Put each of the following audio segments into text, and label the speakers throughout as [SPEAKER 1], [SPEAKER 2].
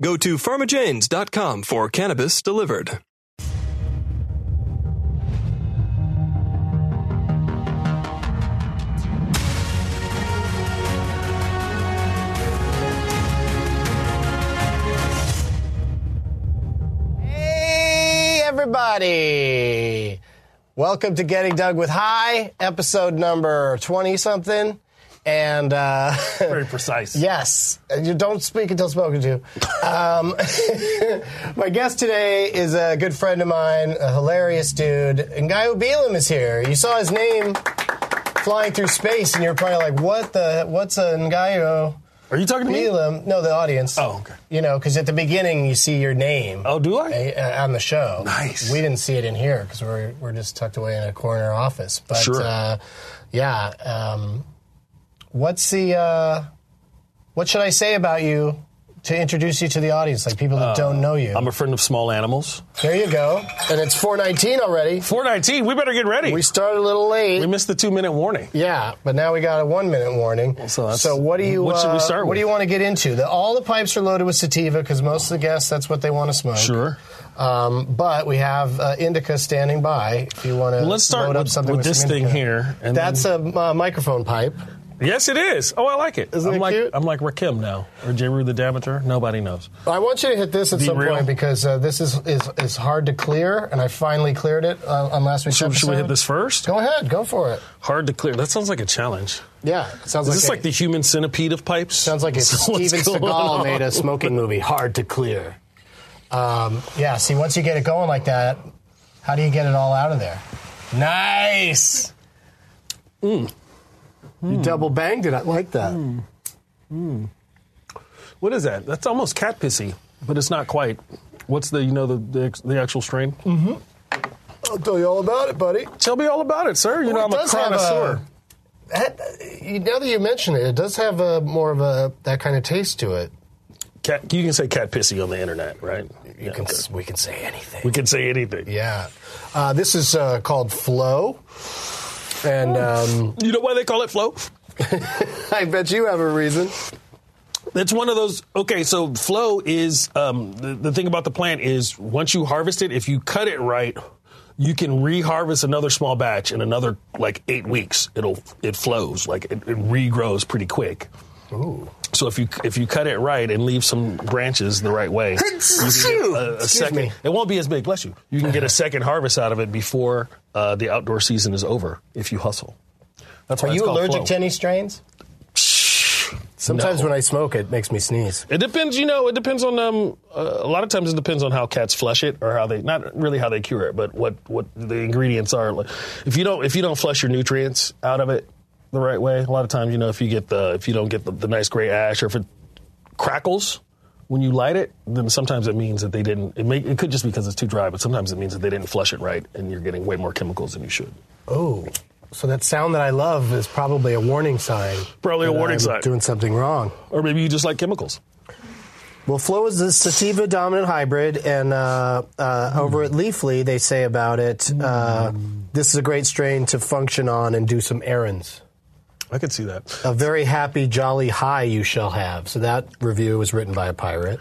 [SPEAKER 1] Go to pharmajanes.com for cannabis delivered.
[SPEAKER 2] Hey, everybody. Welcome to Getting Doug with High, episode number 20 something. And uh,
[SPEAKER 3] Very precise.
[SPEAKER 2] yes, and you don't speak until spoken to. Um, my guest today is a good friend of mine, a hilarious dude. And Guy Obelim is here. You saw his name flying through space, and you're probably like, what the? What's a Ngayo?
[SPEAKER 3] Are you talking to me?
[SPEAKER 2] Obelim? No, the audience.
[SPEAKER 3] Oh, okay.
[SPEAKER 2] You know, because at the beginning, you see your name
[SPEAKER 3] Oh, do I?
[SPEAKER 2] uh, on the show.
[SPEAKER 3] Nice.
[SPEAKER 2] We didn't see it in here because we're we're just tucked away in a corner office. But
[SPEAKER 3] Sure.
[SPEAKER 2] uh, yeah, um, what's the uh, what should I say about you to introduce you to the audience, like people that don't know you?
[SPEAKER 3] Uh, I'm a friend of small animals.
[SPEAKER 2] there you go. And it's four nineteen already.
[SPEAKER 3] 419, we better get ready.
[SPEAKER 2] We
[SPEAKER 3] We,
[SPEAKER 2] started a little late.
[SPEAKER 3] missed the two minute warning.
[SPEAKER 2] yeah, but now we got a one-minute warning.
[SPEAKER 3] so that's-
[SPEAKER 2] what do you
[SPEAKER 3] what should we
[SPEAKER 2] uh,
[SPEAKER 3] start
[SPEAKER 2] What
[SPEAKER 3] with?
[SPEAKER 2] do you want to get into? The, all the pipes are loaded with sativa because most of the guests that's what they want to smoke.
[SPEAKER 3] Sure.
[SPEAKER 2] Um, but we have uh, indica standing by. If you want to,
[SPEAKER 3] Let's start
[SPEAKER 2] load up
[SPEAKER 3] with-
[SPEAKER 2] something
[SPEAKER 3] with
[SPEAKER 2] with
[SPEAKER 3] this
[SPEAKER 2] some
[SPEAKER 3] thing
[SPEAKER 2] indica.
[SPEAKER 3] here, and
[SPEAKER 2] That's a uh, microphone pipe.
[SPEAKER 3] Yes, it is. Oh, I like it.
[SPEAKER 2] Isn't
[SPEAKER 3] I'm
[SPEAKER 2] it
[SPEAKER 3] like
[SPEAKER 2] cute?
[SPEAKER 3] I'm like Rakim now or Jeru the Damateur. Nobody knows.
[SPEAKER 2] I want you to hit this at some
[SPEAKER 3] Derail.
[SPEAKER 2] point because uh, this is, is is hard to clear, and I finally cleared it uh, on last week's
[SPEAKER 3] Should,
[SPEAKER 2] episode.
[SPEAKER 3] should we hit this first?
[SPEAKER 2] Go ahead, go for it.
[SPEAKER 3] Hard to clear. That sounds like a challenge.
[SPEAKER 2] Yeah, sounds like
[SPEAKER 3] Is this
[SPEAKER 2] a,
[SPEAKER 3] like the human centipede of pipes?
[SPEAKER 2] sounds like a
[SPEAKER 3] So what's
[SPEAKER 2] Steven
[SPEAKER 3] going
[SPEAKER 2] Seagal
[SPEAKER 3] on?
[SPEAKER 2] made a smoking movie. Hard to clear. Um, yeah. See, once you get it going like that, how do you get it all out of there? Nice. Hmm. You Mm. double banged it. I like that.
[SPEAKER 3] What is that? That's almost cat pissy, but it's not quite. What's the you know the the, ex- the actual strain?
[SPEAKER 2] I'll tell you all about it, buddy.
[SPEAKER 3] Tell me all about it, sir. You
[SPEAKER 2] Well,
[SPEAKER 3] know
[SPEAKER 2] it
[SPEAKER 3] I'm a
[SPEAKER 2] does have a-
[SPEAKER 3] connoisseur.
[SPEAKER 2] That, you- now that you mention it, it does have a more of a that kind of taste to it.
[SPEAKER 3] Cat, you can say cat pissy on the internet, right?
[SPEAKER 2] You can s- we can say anything.
[SPEAKER 3] We can say anything.
[SPEAKER 2] yeah, uh, this is uh, called Flow, and um,
[SPEAKER 3] You know why they call it flow?
[SPEAKER 2] I bet you have a reason.
[SPEAKER 3] That's one of those. Okay, so flow is um, the, the thing about the plant is once you harvest it, if you cut it right, you can reharvest another small batch in another like eight weeks. It'll it flows like it, it regrows pretty quick.
[SPEAKER 2] Ooh.
[SPEAKER 3] So if you if you cut it right and leave some branches the right way, you can get a, a
[SPEAKER 2] Excuse
[SPEAKER 3] second.
[SPEAKER 2] me.
[SPEAKER 3] It won't be as big. Bless you. You can get a second harvest out of it before uh, the outdoor season is over if you hustle. That's why
[SPEAKER 2] Are
[SPEAKER 3] it's
[SPEAKER 2] you
[SPEAKER 3] called
[SPEAKER 2] allergic
[SPEAKER 3] flow.
[SPEAKER 2] to any strains? Sometimes
[SPEAKER 3] No.
[SPEAKER 2] when I smoke, it makes me sneeze.
[SPEAKER 3] It depends, you know. It depends on um. Uh, a lot of times, it depends on how cats flush it, or how they not really how they cure it, but what what the ingredients are. Like, if you don't if you don't flush your nutrients out of it the right way, a lot of times, you know, if you get the if you don't get the, the nice gray ash, or if it crackles when you light it, then sometimes it means that they didn't. It may it could just because it's too dry, but sometimes it means that they didn't flush it right, and you're getting way more chemicals than you should.
[SPEAKER 2] Oh, so that sound that I love is probably a warning sign.
[SPEAKER 3] Probably a
[SPEAKER 2] that
[SPEAKER 3] warning
[SPEAKER 2] I'm
[SPEAKER 3] sign.
[SPEAKER 2] Doing something wrong.
[SPEAKER 3] Or maybe you just like chemicals.
[SPEAKER 2] Well, Flow is the sativa dominant hybrid, and uh, uh, over at Leafly, they say about it uh, this is a great strain to function on and do some errands.
[SPEAKER 3] I could see that.
[SPEAKER 2] A very happy, jolly high you shall have. So that review was written by a pirate.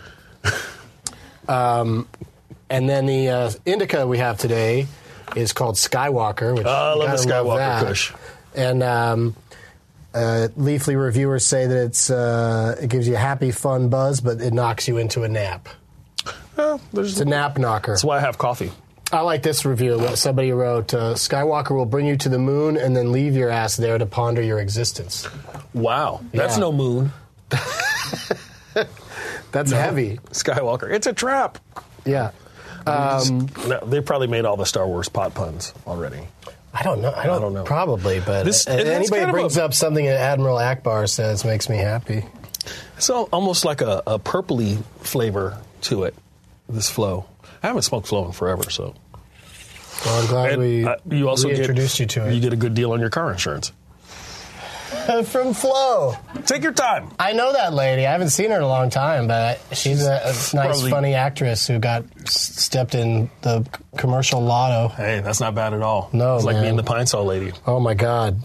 [SPEAKER 2] um, and then the uh, indica we have today is called Skywalker, which
[SPEAKER 3] Ah, I
[SPEAKER 2] you
[SPEAKER 3] love
[SPEAKER 2] gotta
[SPEAKER 3] the Skywalker
[SPEAKER 2] that.
[SPEAKER 3] Kush.
[SPEAKER 2] And um, uh, Leafly reviewers say that it's uh, it gives you a happy, fun buzz, but it knocks you into a nap.
[SPEAKER 3] Well, there's,
[SPEAKER 2] It's a nap knocker.
[SPEAKER 3] that's why I have coffee.
[SPEAKER 2] I like this review. What Somebody wrote, uh, "Skywalker will bring you to the moon and then leave your ass there to ponder your existence."
[SPEAKER 3] Wow, that's
[SPEAKER 2] Yeah.
[SPEAKER 3] no moon.
[SPEAKER 2] That's heavy.
[SPEAKER 3] Skywalker. It's a trap.
[SPEAKER 2] Yeah.
[SPEAKER 3] No, they probably made all the Star Wars pot puns already.
[SPEAKER 2] I don't know. I don't,
[SPEAKER 3] don't know.
[SPEAKER 2] Probably, but
[SPEAKER 3] This-
[SPEAKER 2] if
[SPEAKER 3] it- it's
[SPEAKER 2] anybody
[SPEAKER 3] kind of
[SPEAKER 2] brings
[SPEAKER 3] a-
[SPEAKER 2] up something that Admiral Akbar says makes me happy.
[SPEAKER 3] It's al- almost like a, a purpley flavor to it. This flow. I haven't smoked flow in forever, so
[SPEAKER 2] Well, I'm glad
[SPEAKER 3] And,
[SPEAKER 2] we
[SPEAKER 3] uh, you also get-
[SPEAKER 2] introduced you to
[SPEAKER 3] You
[SPEAKER 2] it
[SPEAKER 3] get a good deal on your car insurance.
[SPEAKER 2] from Flo.
[SPEAKER 3] Take your time.
[SPEAKER 2] I know that lady. I haven't seen her in a long time, but she's a, a nice,
[SPEAKER 3] probably-
[SPEAKER 2] funny actress who got s- stepped in the c- commercial lotto.
[SPEAKER 3] Hey, that's not bad at all.
[SPEAKER 2] No,
[SPEAKER 3] it's like
[SPEAKER 2] man.
[SPEAKER 3] being the pine saw lady.
[SPEAKER 2] Oh my God.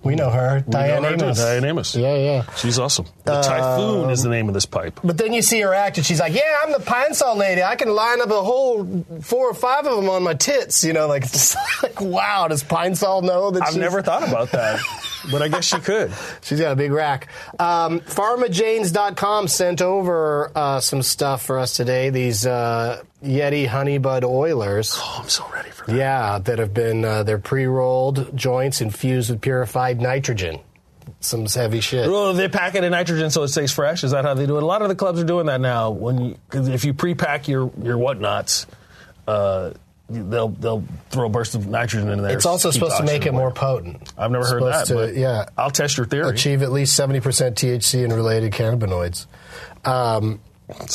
[SPEAKER 2] We know her, Diane
[SPEAKER 3] know her too,
[SPEAKER 2] Amos.
[SPEAKER 3] Diane Amos.
[SPEAKER 2] Yeah, yeah. Um,
[SPEAKER 3] She's awesome. The Typhoon is the name of this pipe.
[SPEAKER 2] But then you see her act, and she's like, "Yeah, I'm the pine saw lady. I can line up a whole four or five of them on my tits." You know, like it's just like, wow, does pine saw know that?
[SPEAKER 3] I've
[SPEAKER 2] she's,
[SPEAKER 3] never thought about that, but I guess she could.
[SPEAKER 2] She's got a big rack. Um, PharmaJanes.com sent over uh, some stuff for us today. These uh, Yeti Honeybud Oilers.
[SPEAKER 3] Oh, I'm so ready for that.
[SPEAKER 2] Yeah, that have been uh, they're pre-rolled joints infused with purified nitrogen. Some heavy shit.
[SPEAKER 3] Well, they pack it in nitrogen so it stays fresh. Is that how they do it? A lot of the clubs are doing that now. When you, 'cause if you pre-pack your your whatnots, uh, they'll they'll throw a burst of nitrogen in there.
[SPEAKER 2] It's also
[SPEAKER 3] Keeps
[SPEAKER 2] supposed to make
[SPEAKER 3] oxygen
[SPEAKER 2] it more
[SPEAKER 3] away.
[SPEAKER 2] potent.
[SPEAKER 3] I've never heard that.
[SPEAKER 2] Supposed to-
[SPEAKER 3] but
[SPEAKER 2] yeah.
[SPEAKER 3] I'll test your theory.
[SPEAKER 2] achieve at least 70% THC and related cannabinoids. Um,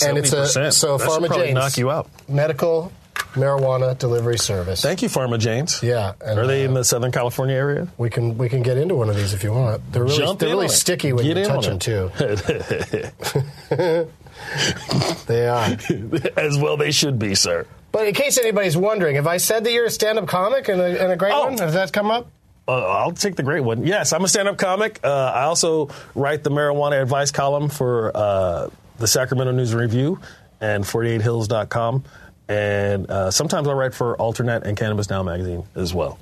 [SPEAKER 2] and it's a
[SPEAKER 3] 70%.
[SPEAKER 2] so
[SPEAKER 3] That should probably
[SPEAKER 2] PharmaJanes
[SPEAKER 3] knock you out.
[SPEAKER 2] medical marijuana delivery service.
[SPEAKER 3] Thank you, Pharma Janes.
[SPEAKER 2] yeah, and,
[SPEAKER 3] Are they
[SPEAKER 2] uh,
[SPEAKER 3] in the Southern California area?
[SPEAKER 2] we can we can get into one of these if you want. They're really
[SPEAKER 3] Jump
[SPEAKER 2] they're
[SPEAKER 3] in
[SPEAKER 2] really
[SPEAKER 3] on it.
[SPEAKER 2] sticky when
[SPEAKER 3] Get
[SPEAKER 2] you
[SPEAKER 3] in
[SPEAKER 2] touch them
[SPEAKER 3] on
[SPEAKER 2] too.
[SPEAKER 3] it.
[SPEAKER 2] They are.
[SPEAKER 3] As well, they should be, sir.
[SPEAKER 2] but in case anybody's wondering, have I said that you're a stand-up comic and a, and a great
[SPEAKER 3] Oh.
[SPEAKER 2] one? Has that come up?
[SPEAKER 3] Uh, I'll take the great one. Yes, I'm a stand-up comic. Uh, I also write the marijuana advice column for uh, the Sacramento News and Review and 48hills.com, and uh, sometimes I write for Alternate and Cannabis Now magazine as well.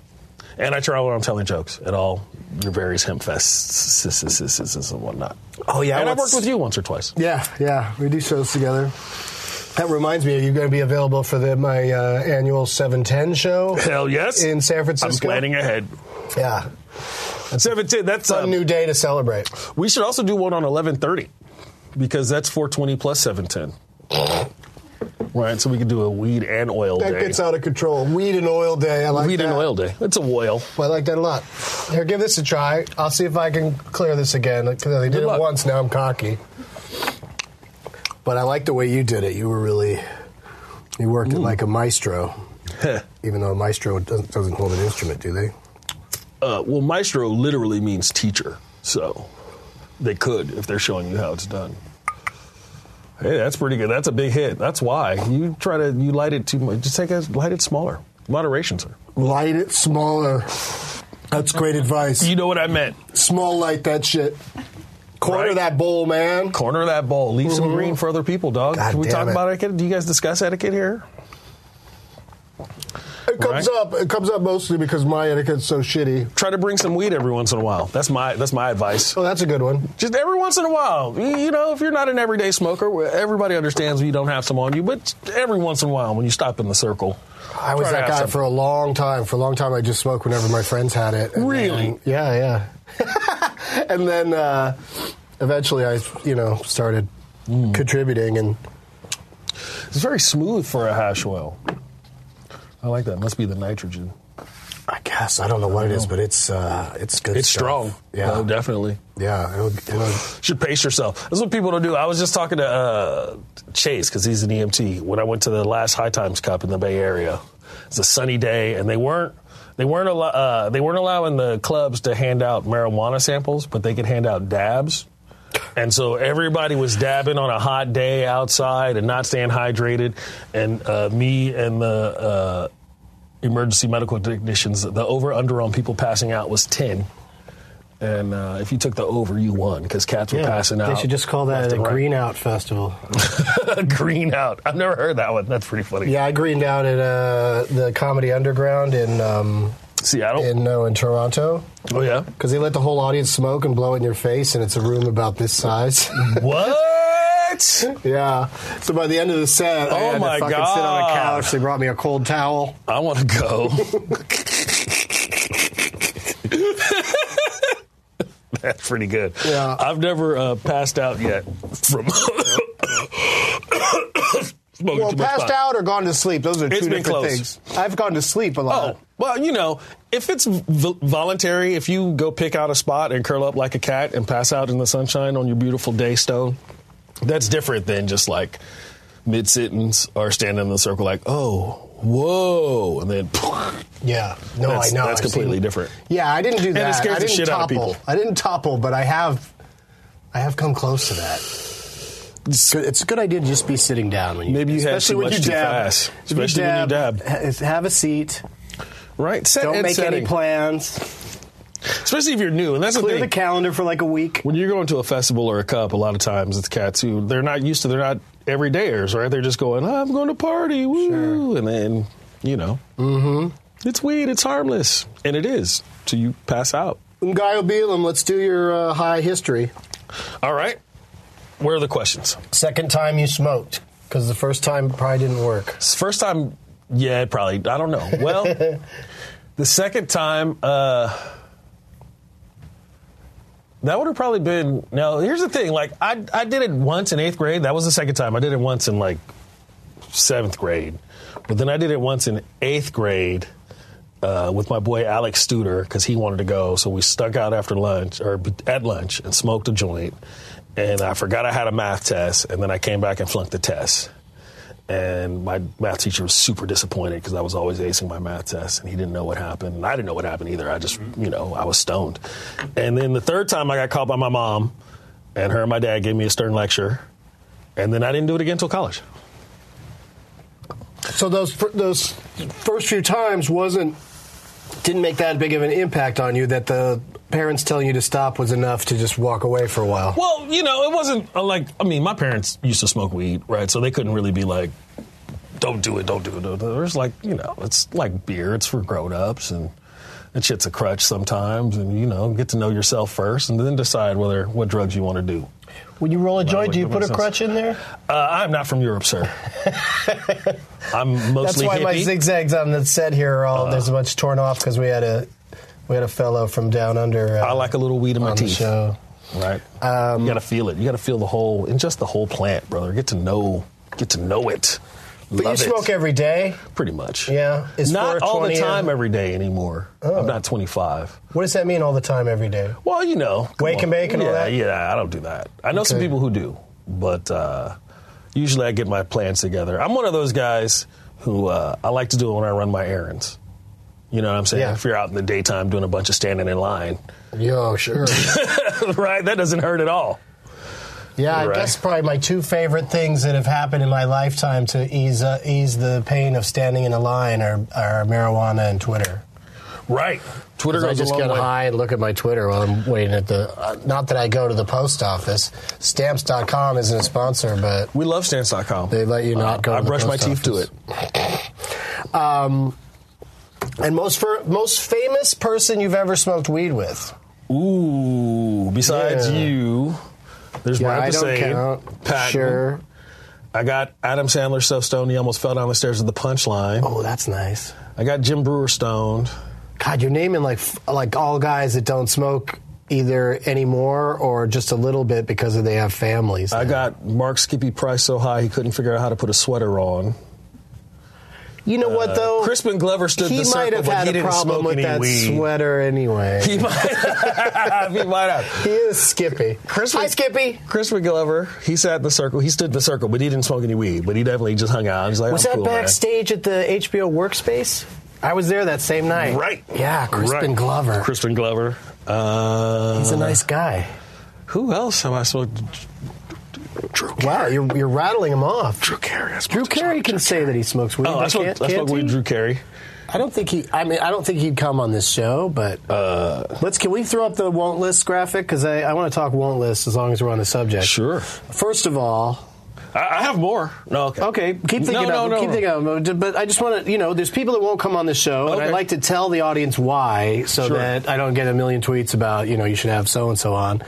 [SPEAKER 3] And I travel around telling jokes at all your various hemp fests and whatnot.
[SPEAKER 2] Oh yeah,
[SPEAKER 3] And I've worked with you once or twice.
[SPEAKER 2] Yeah, yeah, we do shows together. That reminds me, are you going to be available for the, my uh, annual 710 show?
[SPEAKER 3] Hell yes.
[SPEAKER 2] In San
[SPEAKER 3] I'm
[SPEAKER 2] Francisco?
[SPEAKER 3] planning ahead.
[SPEAKER 2] Yeah.
[SPEAKER 3] Seventeen. That's
[SPEAKER 2] It's a
[SPEAKER 3] uh,
[SPEAKER 2] new day to celebrate.
[SPEAKER 3] We should also do one on eleven thirty, because that's four twenty plus seven ten. Right, so we could do a weed and oil
[SPEAKER 2] That
[SPEAKER 3] day.
[SPEAKER 2] gets out of control. Weed and oil day. I like
[SPEAKER 3] weed
[SPEAKER 2] that.
[SPEAKER 3] and oil day. It's a oil.
[SPEAKER 2] Well, I like that a lot. Here, give this a try. I'll see if I can clear this again. Because I did it
[SPEAKER 3] luck.
[SPEAKER 2] once. Now I'm cocky. But I like the way you did it. You were really, you worked it like a maestro. Even though a maestro doesn't, doesn't hold an instrument, do they?
[SPEAKER 3] Uh, well, maestro literally means teacher, so they could if they're showing you how it's done. Hey, that's pretty good. That's a big hit. That's why you try to you light it too much. Just take a light it smaller. Moderation, sir.
[SPEAKER 2] Light it smaller. That's great advice.
[SPEAKER 3] You know what I meant.
[SPEAKER 2] Small light that shit. Corner
[SPEAKER 3] Right.
[SPEAKER 2] that bowl, man.
[SPEAKER 3] Corner that ball. Leave some
[SPEAKER 2] Mhm.
[SPEAKER 3] green for other people, dog.
[SPEAKER 2] God
[SPEAKER 3] Can we
[SPEAKER 2] damn
[SPEAKER 3] talk
[SPEAKER 2] it.
[SPEAKER 3] about etiquette? Do you guys discuss etiquette here?
[SPEAKER 4] It comes
[SPEAKER 3] Right.
[SPEAKER 4] up. It comes up mostly because my etiquette's so shitty.
[SPEAKER 3] try to bring some weed every once in a while. That's my that's my advice.
[SPEAKER 2] Oh, that's a good one.
[SPEAKER 3] Just every once in a while, you you know, if you're not an everyday smoker, everybody understands you don't have some on you. But every once in a while, when you stop in the circle,
[SPEAKER 2] I was
[SPEAKER 3] Try to
[SPEAKER 2] that
[SPEAKER 3] have
[SPEAKER 2] guy
[SPEAKER 3] some.
[SPEAKER 2] for a long time. For a long time, I just smoked whenever my friends had it. And
[SPEAKER 3] Really?
[SPEAKER 2] then- yeah, yeah. and then uh, eventually, I you know started
[SPEAKER 3] Hmm.
[SPEAKER 2] contributing, and
[SPEAKER 3] it's very smooth for a hash oil. I like that. Must be the nitrogen.
[SPEAKER 2] I guess I don't know what it is, but it's uh, it's good.
[SPEAKER 3] It's
[SPEAKER 2] stuff.
[SPEAKER 3] strong.
[SPEAKER 2] Yeah,
[SPEAKER 3] No, definitely.
[SPEAKER 2] yeah. It'll, it'll,
[SPEAKER 3] should pace yourself. That's what people don't do. I was just talking to uh, Chase because he's an EMT. When I went to the last High Times Cup in the Bay Area, it's a sunny day, and they weren't they weren't allo- uh, they weren't allowing the clubs to hand out marijuana samples, but they could hand out dabs. And so everybody was dabbing on a hot day outside and not staying hydrated. And uh, me and the uh, emergency medical technicians, the over under on people passing out was ten. And uh, if you took the over, you won because cats were passing out. left and right.
[SPEAKER 2] out festival.
[SPEAKER 3] green out. I've never heard that one. That's pretty funny.
[SPEAKER 2] yeah, I greened out at uh, the Comedy Underground in um,
[SPEAKER 3] Seattle.
[SPEAKER 2] in no in Toronto.
[SPEAKER 3] oh yeah.
[SPEAKER 2] Because they let the whole audience smoke and blow it in your face, and it's a room about this size.
[SPEAKER 3] What?
[SPEAKER 2] yeah. So by the end of the set, I
[SPEAKER 3] Oh
[SPEAKER 2] had
[SPEAKER 3] my
[SPEAKER 2] to fucking sit on a
[SPEAKER 3] God.
[SPEAKER 2] couch. They brought me a cold towel.
[SPEAKER 3] I want to go. That's pretty good.
[SPEAKER 2] Yeah.
[SPEAKER 3] I've never uh, passed out yet from smoking
[SPEAKER 2] Well,
[SPEAKER 3] too much
[SPEAKER 2] passed
[SPEAKER 3] pot.
[SPEAKER 2] out or gone to sleep. Those are two
[SPEAKER 3] It's been
[SPEAKER 2] different
[SPEAKER 3] close.
[SPEAKER 2] things. I've gone to sleep a lot.
[SPEAKER 3] Oh, well, you know, if it's v- voluntary, if you go pick out a spot and curl up like a cat and pass out in the sunshine on your beautiful day stone, that's different than just like mid sentence or standing in the circle like, oh, whoa, and then
[SPEAKER 2] Yeah. No,
[SPEAKER 3] That's-
[SPEAKER 2] Oh, I know.
[SPEAKER 3] that's
[SPEAKER 2] I've
[SPEAKER 3] completely
[SPEAKER 2] seen-
[SPEAKER 3] different.
[SPEAKER 2] Yeah, I didn't do that.
[SPEAKER 3] it scares
[SPEAKER 2] I
[SPEAKER 3] the
[SPEAKER 2] didn't
[SPEAKER 3] shit
[SPEAKER 2] topple.
[SPEAKER 3] out of people.
[SPEAKER 2] I didn't topple, but I have. I have come close to that. It's, good, it's a good idea to just be sitting down when you
[SPEAKER 3] Maybe you had
[SPEAKER 2] especially
[SPEAKER 3] too
[SPEAKER 2] when
[SPEAKER 3] much
[SPEAKER 2] you
[SPEAKER 3] too
[SPEAKER 2] dab.
[SPEAKER 3] fast.
[SPEAKER 2] If you
[SPEAKER 3] Especially when you
[SPEAKER 2] dab, ha- Have a seat.
[SPEAKER 3] right. Set
[SPEAKER 2] Don't
[SPEAKER 3] and
[SPEAKER 2] make
[SPEAKER 3] setting.
[SPEAKER 2] any plans.
[SPEAKER 3] especially if you're new. And that's the
[SPEAKER 5] Clear
[SPEAKER 3] thing.
[SPEAKER 5] the calendar for like a week.
[SPEAKER 3] when you're going to a festival or a cup, a lot of times it's cats who they're not used to. They're not everydayers, right? They're just going, "I'm going to party, woo," and then you know, mm-hmm. it's weed, it's harmless, and it is. So you pass out.
[SPEAKER 2] Ngaio Belem, let's do your uh, high history.
[SPEAKER 3] All right. Where are the questions?
[SPEAKER 6] Second time you smoked because the first time probably didn't work.
[SPEAKER 3] First time, yeah, probably. I don't know. Well, the second time, uh, that would have probably been. Now, here's the thing. Like, I I did it once in eighth grade. That was the second time. I did it once in like seventh grade, but then I did it once in eighth grade. Uh, with my boy Alex Studer because he wanted to go, so we stuck out after lunch or b- at lunch and smoked a joint. And I forgot I had a math test, and then I came back and flunked the test and my math teacher was super disappointed because I was always acing my math tests, and he didn't know what happened. And I didn't know what happened either. I just, you know, I was stoned. And then the third time, I got called by my mom, and her and my dad gave me a stern lecture, and then I didn't do it again until college.
[SPEAKER 2] So those fir- those first few times wasn't didn't make that big of an impact on you that the parents telling you to stop was enough to just walk away for a while.
[SPEAKER 3] Well, you know, it wasn't uh, like I mean, my parents used to smoke weed, right? So they couldn't really be like, "Don't do it, don't do it." Don't do it. There's like, you know, it's like beer. It's for grown-ups, and that shit's a crutch sometimes. And you know, get to know yourself first, and then decide whether what drugs you want to do.
[SPEAKER 6] When you roll a
[SPEAKER 3] joint, do you put a crutch
[SPEAKER 6] in there?
[SPEAKER 3] Uh, I'm not from Europe, sir. I'm
[SPEAKER 6] That's
[SPEAKER 3] mostly
[SPEAKER 6] why my
[SPEAKER 3] hippie.
[SPEAKER 6] zigzags on the set here are all
[SPEAKER 3] Uh.
[SPEAKER 6] there's a bunch torn off because we had a we had a fellow from down under. Uh,
[SPEAKER 3] I like a little weed in my
[SPEAKER 6] on the
[SPEAKER 3] teeth.
[SPEAKER 6] show.
[SPEAKER 3] Right. Um, you gotta feel it. You gotta feel the whole, and just the whole plant, brother. Get to know, get to know it.
[SPEAKER 6] But you
[SPEAKER 3] Love it.
[SPEAKER 6] smoke every day.
[SPEAKER 3] pretty much.
[SPEAKER 6] Yeah, is
[SPEAKER 3] not all the
[SPEAKER 6] 420 a-
[SPEAKER 3] time every day anymore.
[SPEAKER 6] Oh.
[SPEAKER 3] I'm not 25.
[SPEAKER 6] What does that mean? All the time, every day.
[SPEAKER 3] Well, you know, come
[SPEAKER 6] Wake and
[SPEAKER 3] on.
[SPEAKER 6] bake and
[SPEAKER 3] yeah,
[SPEAKER 6] all that?
[SPEAKER 3] Yeah, I don't do that. I know some
[SPEAKER 6] Okay.
[SPEAKER 3] people who do, but uh, usually I get my plans together. I'm one of those guys who uh, I like to do it when I run my errands. You know what I'm saying?
[SPEAKER 6] Yeah.
[SPEAKER 3] If you're out in the daytime doing a bunch of standing in line,
[SPEAKER 2] Yo, sure.
[SPEAKER 3] right? That doesn't hurt at all.
[SPEAKER 6] Yeah, I
[SPEAKER 3] Right.
[SPEAKER 6] guess probably my two favorite things that have happened in my lifetime to ease uh, ease the pain of standing in a line are, are marijuana and Twitter.
[SPEAKER 3] Right. Twitter
[SPEAKER 6] 'Cause
[SPEAKER 3] goes
[SPEAKER 6] I just
[SPEAKER 3] a long
[SPEAKER 6] get
[SPEAKER 3] way.
[SPEAKER 6] high and look at my Twitter while I'm waiting at the. Uh, not that I go to the post office. Stamps.com isn't a sponsor, but
[SPEAKER 3] We love Stamps.com.
[SPEAKER 6] They let you not go
[SPEAKER 3] I
[SPEAKER 6] to the
[SPEAKER 3] brush my
[SPEAKER 6] post
[SPEAKER 3] teeth to
[SPEAKER 6] office.
[SPEAKER 3] it.
[SPEAKER 6] and most for, most famous person you've ever smoked weed with.
[SPEAKER 3] Ooh, besides
[SPEAKER 6] Yeah.
[SPEAKER 3] you, there's
[SPEAKER 2] Yeah,
[SPEAKER 3] Brian
[SPEAKER 2] I don't
[SPEAKER 3] Posehn,
[SPEAKER 2] count.
[SPEAKER 3] Patton.
[SPEAKER 2] Sure.
[SPEAKER 3] I got Adam Sandler so stoned he almost fell down the stairs at the punchline.
[SPEAKER 2] Oh, that's nice.
[SPEAKER 3] I got Jim Brewer stoned.
[SPEAKER 2] God, you're naming like f- like all guys that don't smoke either anymore or just a little bit because they have families.
[SPEAKER 3] I got Mark Skippy Price so high he couldn't figure out how to put a sweater on.
[SPEAKER 2] you know what though?
[SPEAKER 3] Uh, Crispin Glover stood
[SPEAKER 2] he
[SPEAKER 3] the
[SPEAKER 2] might
[SPEAKER 3] circle,
[SPEAKER 2] have
[SPEAKER 3] but
[SPEAKER 2] had
[SPEAKER 3] he
[SPEAKER 2] a
[SPEAKER 3] didn't
[SPEAKER 2] problem
[SPEAKER 3] smoke
[SPEAKER 2] with
[SPEAKER 3] any
[SPEAKER 2] that
[SPEAKER 3] weed.
[SPEAKER 2] sweater anyway.
[SPEAKER 3] He might have. he might
[SPEAKER 2] He
[SPEAKER 3] have.
[SPEAKER 2] is Skippy.
[SPEAKER 3] Crispin-
[SPEAKER 2] Hi, Skippy.
[SPEAKER 3] Crispin Glover, he sat in the circle. He stood in the circle, but he didn't smoke any weed. But he definitely just hung out. He's like,
[SPEAKER 2] Was
[SPEAKER 3] I'm
[SPEAKER 2] that
[SPEAKER 3] cool, man."
[SPEAKER 2] backstage at the HBO workspace? I was there that same night.
[SPEAKER 3] Right.
[SPEAKER 2] Yeah, Crispin
[SPEAKER 3] Right.
[SPEAKER 2] Glover.
[SPEAKER 3] Crispin Glover. Uh,
[SPEAKER 2] He's a nice guy.
[SPEAKER 3] Who else have I smoked? Drew.
[SPEAKER 2] Wow, you're, you're rattling him off.
[SPEAKER 3] Drew Carey. I smoked
[SPEAKER 2] Drew
[SPEAKER 3] a joint.
[SPEAKER 2] Carey can say that he smokes weed.
[SPEAKER 3] Oh, I
[SPEAKER 2] but
[SPEAKER 3] smoked,
[SPEAKER 2] can't-
[SPEAKER 3] I
[SPEAKER 2] can't
[SPEAKER 3] smoked weed.
[SPEAKER 2] he?
[SPEAKER 3] with Drew Carey.
[SPEAKER 2] I don't think he. I mean, I don't think he'd come on this show, but
[SPEAKER 3] Uh,
[SPEAKER 2] let's. Can we throw up the won't list graphic? Because I, I want to talk won't list as long as we're on the subject.
[SPEAKER 3] Sure.
[SPEAKER 2] First of all,
[SPEAKER 3] I, I have more. No, okay.
[SPEAKER 2] okay, keep thinking
[SPEAKER 3] no,
[SPEAKER 2] about
[SPEAKER 3] no, no,
[SPEAKER 2] keep
[SPEAKER 3] no.
[SPEAKER 2] thinking about it. But I just want to, you know, there's people that won't come on the show, and I
[SPEAKER 3] Okay.
[SPEAKER 2] like to tell the audience why, so
[SPEAKER 3] Sure.
[SPEAKER 2] that I don't get a million tweets about, you know, you should have so and so on.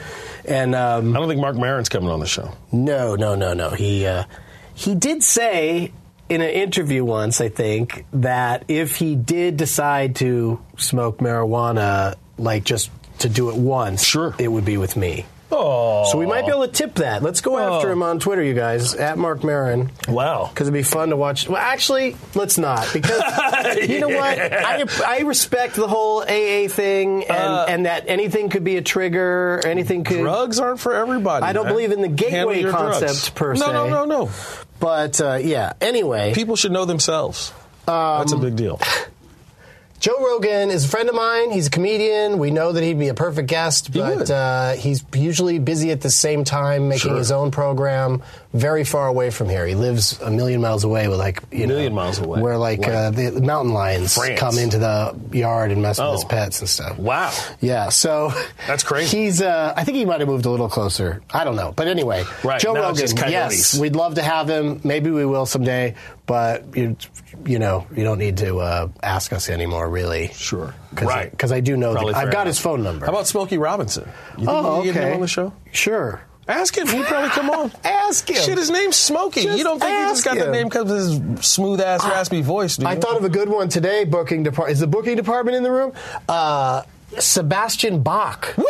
[SPEAKER 2] And um,
[SPEAKER 3] I don't think Mark Maron's coming on the show.
[SPEAKER 2] No, no, no, no. He uh, he did say in an interview once, I think, that if he did decide to smoke marijuana, like just to do it once,
[SPEAKER 3] Sure.
[SPEAKER 2] it would be with me.
[SPEAKER 3] Oh,
[SPEAKER 2] So we might be able to tip that. Let's go
[SPEAKER 3] Aw.
[SPEAKER 2] after him on Twitter, you guys, at Mark Marin.
[SPEAKER 3] Wow.
[SPEAKER 2] Because it'd be fun to watch. Well, actually, let's not. Because you know what? I, I respect the whole AA thing and,
[SPEAKER 3] Uh,
[SPEAKER 2] and that anything could be a trigger, anything could.
[SPEAKER 3] drugs aren't for everybody.
[SPEAKER 2] I don't
[SPEAKER 3] man.
[SPEAKER 2] believe in the
[SPEAKER 3] Handle
[SPEAKER 2] gateway
[SPEAKER 3] your drugs.
[SPEAKER 2] concept per
[SPEAKER 3] No, no,
[SPEAKER 2] se.
[SPEAKER 3] no, no.
[SPEAKER 2] But uh, yeah, anyway. Um,
[SPEAKER 3] People should know themselves. That's a big deal.
[SPEAKER 2] Joe Rogan is a friend of mine. He's a comedian. We know that he'd be a perfect guest, but
[SPEAKER 3] would.
[SPEAKER 2] uh, he's usually busy at the same time making
[SPEAKER 3] Sure.
[SPEAKER 2] his own program very far away from here. He lives a million miles away with like you
[SPEAKER 3] Million
[SPEAKER 2] know,
[SPEAKER 3] miles away.
[SPEAKER 2] where like, Uh, the mountain lions
[SPEAKER 3] France.
[SPEAKER 2] come into the yard and mess
[SPEAKER 3] Oh.
[SPEAKER 2] with his pets and stuff.
[SPEAKER 3] Wow.
[SPEAKER 2] Yeah, so
[SPEAKER 3] That's crazy.
[SPEAKER 2] He's, uh, I think he might have moved a little closer. I don't know, but anyway,
[SPEAKER 3] Right,
[SPEAKER 2] Joe
[SPEAKER 3] now
[SPEAKER 2] Rogan.
[SPEAKER 3] it's just
[SPEAKER 2] yes,
[SPEAKER 3] coyotes.
[SPEAKER 2] we'd love to have him. Maybe we will someday, but you, you know, you don't need to uh, ask us anymore, really.
[SPEAKER 3] Sure.
[SPEAKER 2] Cause
[SPEAKER 3] Right.
[SPEAKER 2] Because I do know.
[SPEAKER 3] Probably
[SPEAKER 2] That, I've
[SPEAKER 3] fair
[SPEAKER 2] got
[SPEAKER 3] enough.
[SPEAKER 2] his phone number.
[SPEAKER 3] How about Smokey Robinson? You think
[SPEAKER 2] oh,
[SPEAKER 3] you can get
[SPEAKER 2] okay.
[SPEAKER 3] him on the show?
[SPEAKER 2] Sure.
[SPEAKER 3] Ask him. He'd probably come on.
[SPEAKER 2] Ask him.
[SPEAKER 3] Shit, his name's Smokey.
[SPEAKER 2] Just
[SPEAKER 3] you don't think he
[SPEAKER 2] ask
[SPEAKER 3] just got the
[SPEAKER 2] him.
[SPEAKER 3] name because of his smooth ass, raspy voice, do you?
[SPEAKER 2] I thought of a good one today. Booking department is the booking department in the room. Uh, Sebastian Bach.
[SPEAKER 3] Woo!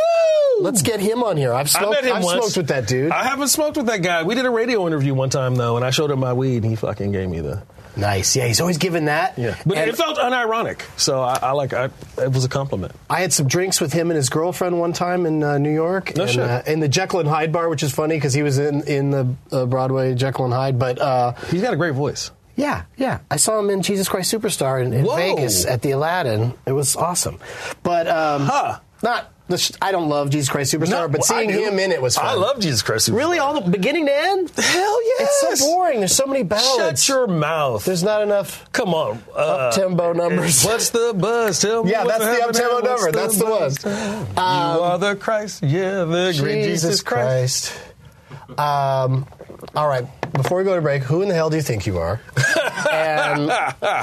[SPEAKER 2] Let's get him on here. I've
[SPEAKER 3] I
[SPEAKER 2] smoked.
[SPEAKER 3] met him
[SPEAKER 2] I've
[SPEAKER 3] once.
[SPEAKER 2] smoked with that dude.
[SPEAKER 3] I haven't smoked with that guy. We did a radio interview one time though, and I showed him my weed, and he fucking gave me the
[SPEAKER 2] nice. Yeah, he's always giving that.
[SPEAKER 3] But
[SPEAKER 2] And-
[SPEAKER 3] it felt unironic, so I, I like I, it was a compliment.
[SPEAKER 2] I had some drinks with him and his girlfriend one time in uh, New York,
[SPEAKER 3] No
[SPEAKER 2] and,
[SPEAKER 3] shit.
[SPEAKER 2] uh, in the Jekyll and Hyde bar, which is funny because he was in in the uh, Broadway Jekyll and Hyde. But uh,
[SPEAKER 3] He's got a great voice.
[SPEAKER 2] yeah, yeah, I saw him in Jesus Christ Superstar in, in
[SPEAKER 3] Whoa.
[SPEAKER 2] Vegas at the Aladdin. It was awesome, but um,
[SPEAKER 3] Huh.
[SPEAKER 2] not. The sh- I don't love Jesus Christ Superstar,
[SPEAKER 3] No,
[SPEAKER 2] but
[SPEAKER 3] well, I
[SPEAKER 2] seeing
[SPEAKER 3] do.
[SPEAKER 2] him in it was fun.
[SPEAKER 3] I love Jesus Christ.
[SPEAKER 2] really all the beginning to end.
[SPEAKER 3] Hell
[SPEAKER 2] It's
[SPEAKER 3] yes.
[SPEAKER 2] so boring. There's so many ballads.
[SPEAKER 3] Shut your mouth.
[SPEAKER 2] There's not enough
[SPEAKER 3] Come on. Uh,
[SPEAKER 2] tempo numbers.
[SPEAKER 3] What's the buzz? Tell me.
[SPEAKER 2] Yeah,
[SPEAKER 3] what's
[SPEAKER 2] that's the
[SPEAKER 3] happening?
[SPEAKER 2] up-tempo
[SPEAKER 3] What's
[SPEAKER 2] number. That's the one.
[SPEAKER 3] buzz? You
[SPEAKER 2] Um,
[SPEAKER 3] are the Christ. Yeah, the great Jesus Christ.
[SPEAKER 2] Christ. Um, all right, before we go to break, who in the hell do you think you are? and uh,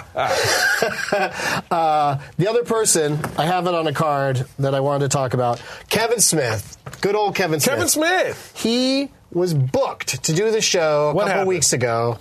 [SPEAKER 2] the other person, I have it on a card that I wanted to talk about Kevin Smith. Good old Kevin Smith.
[SPEAKER 3] Kevin Smith.
[SPEAKER 2] He was booked to do the show a
[SPEAKER 3] What
[SPEAKER 2] couple
[SPEAKER 3] happened?
[SPEAKER 2] weeks ago.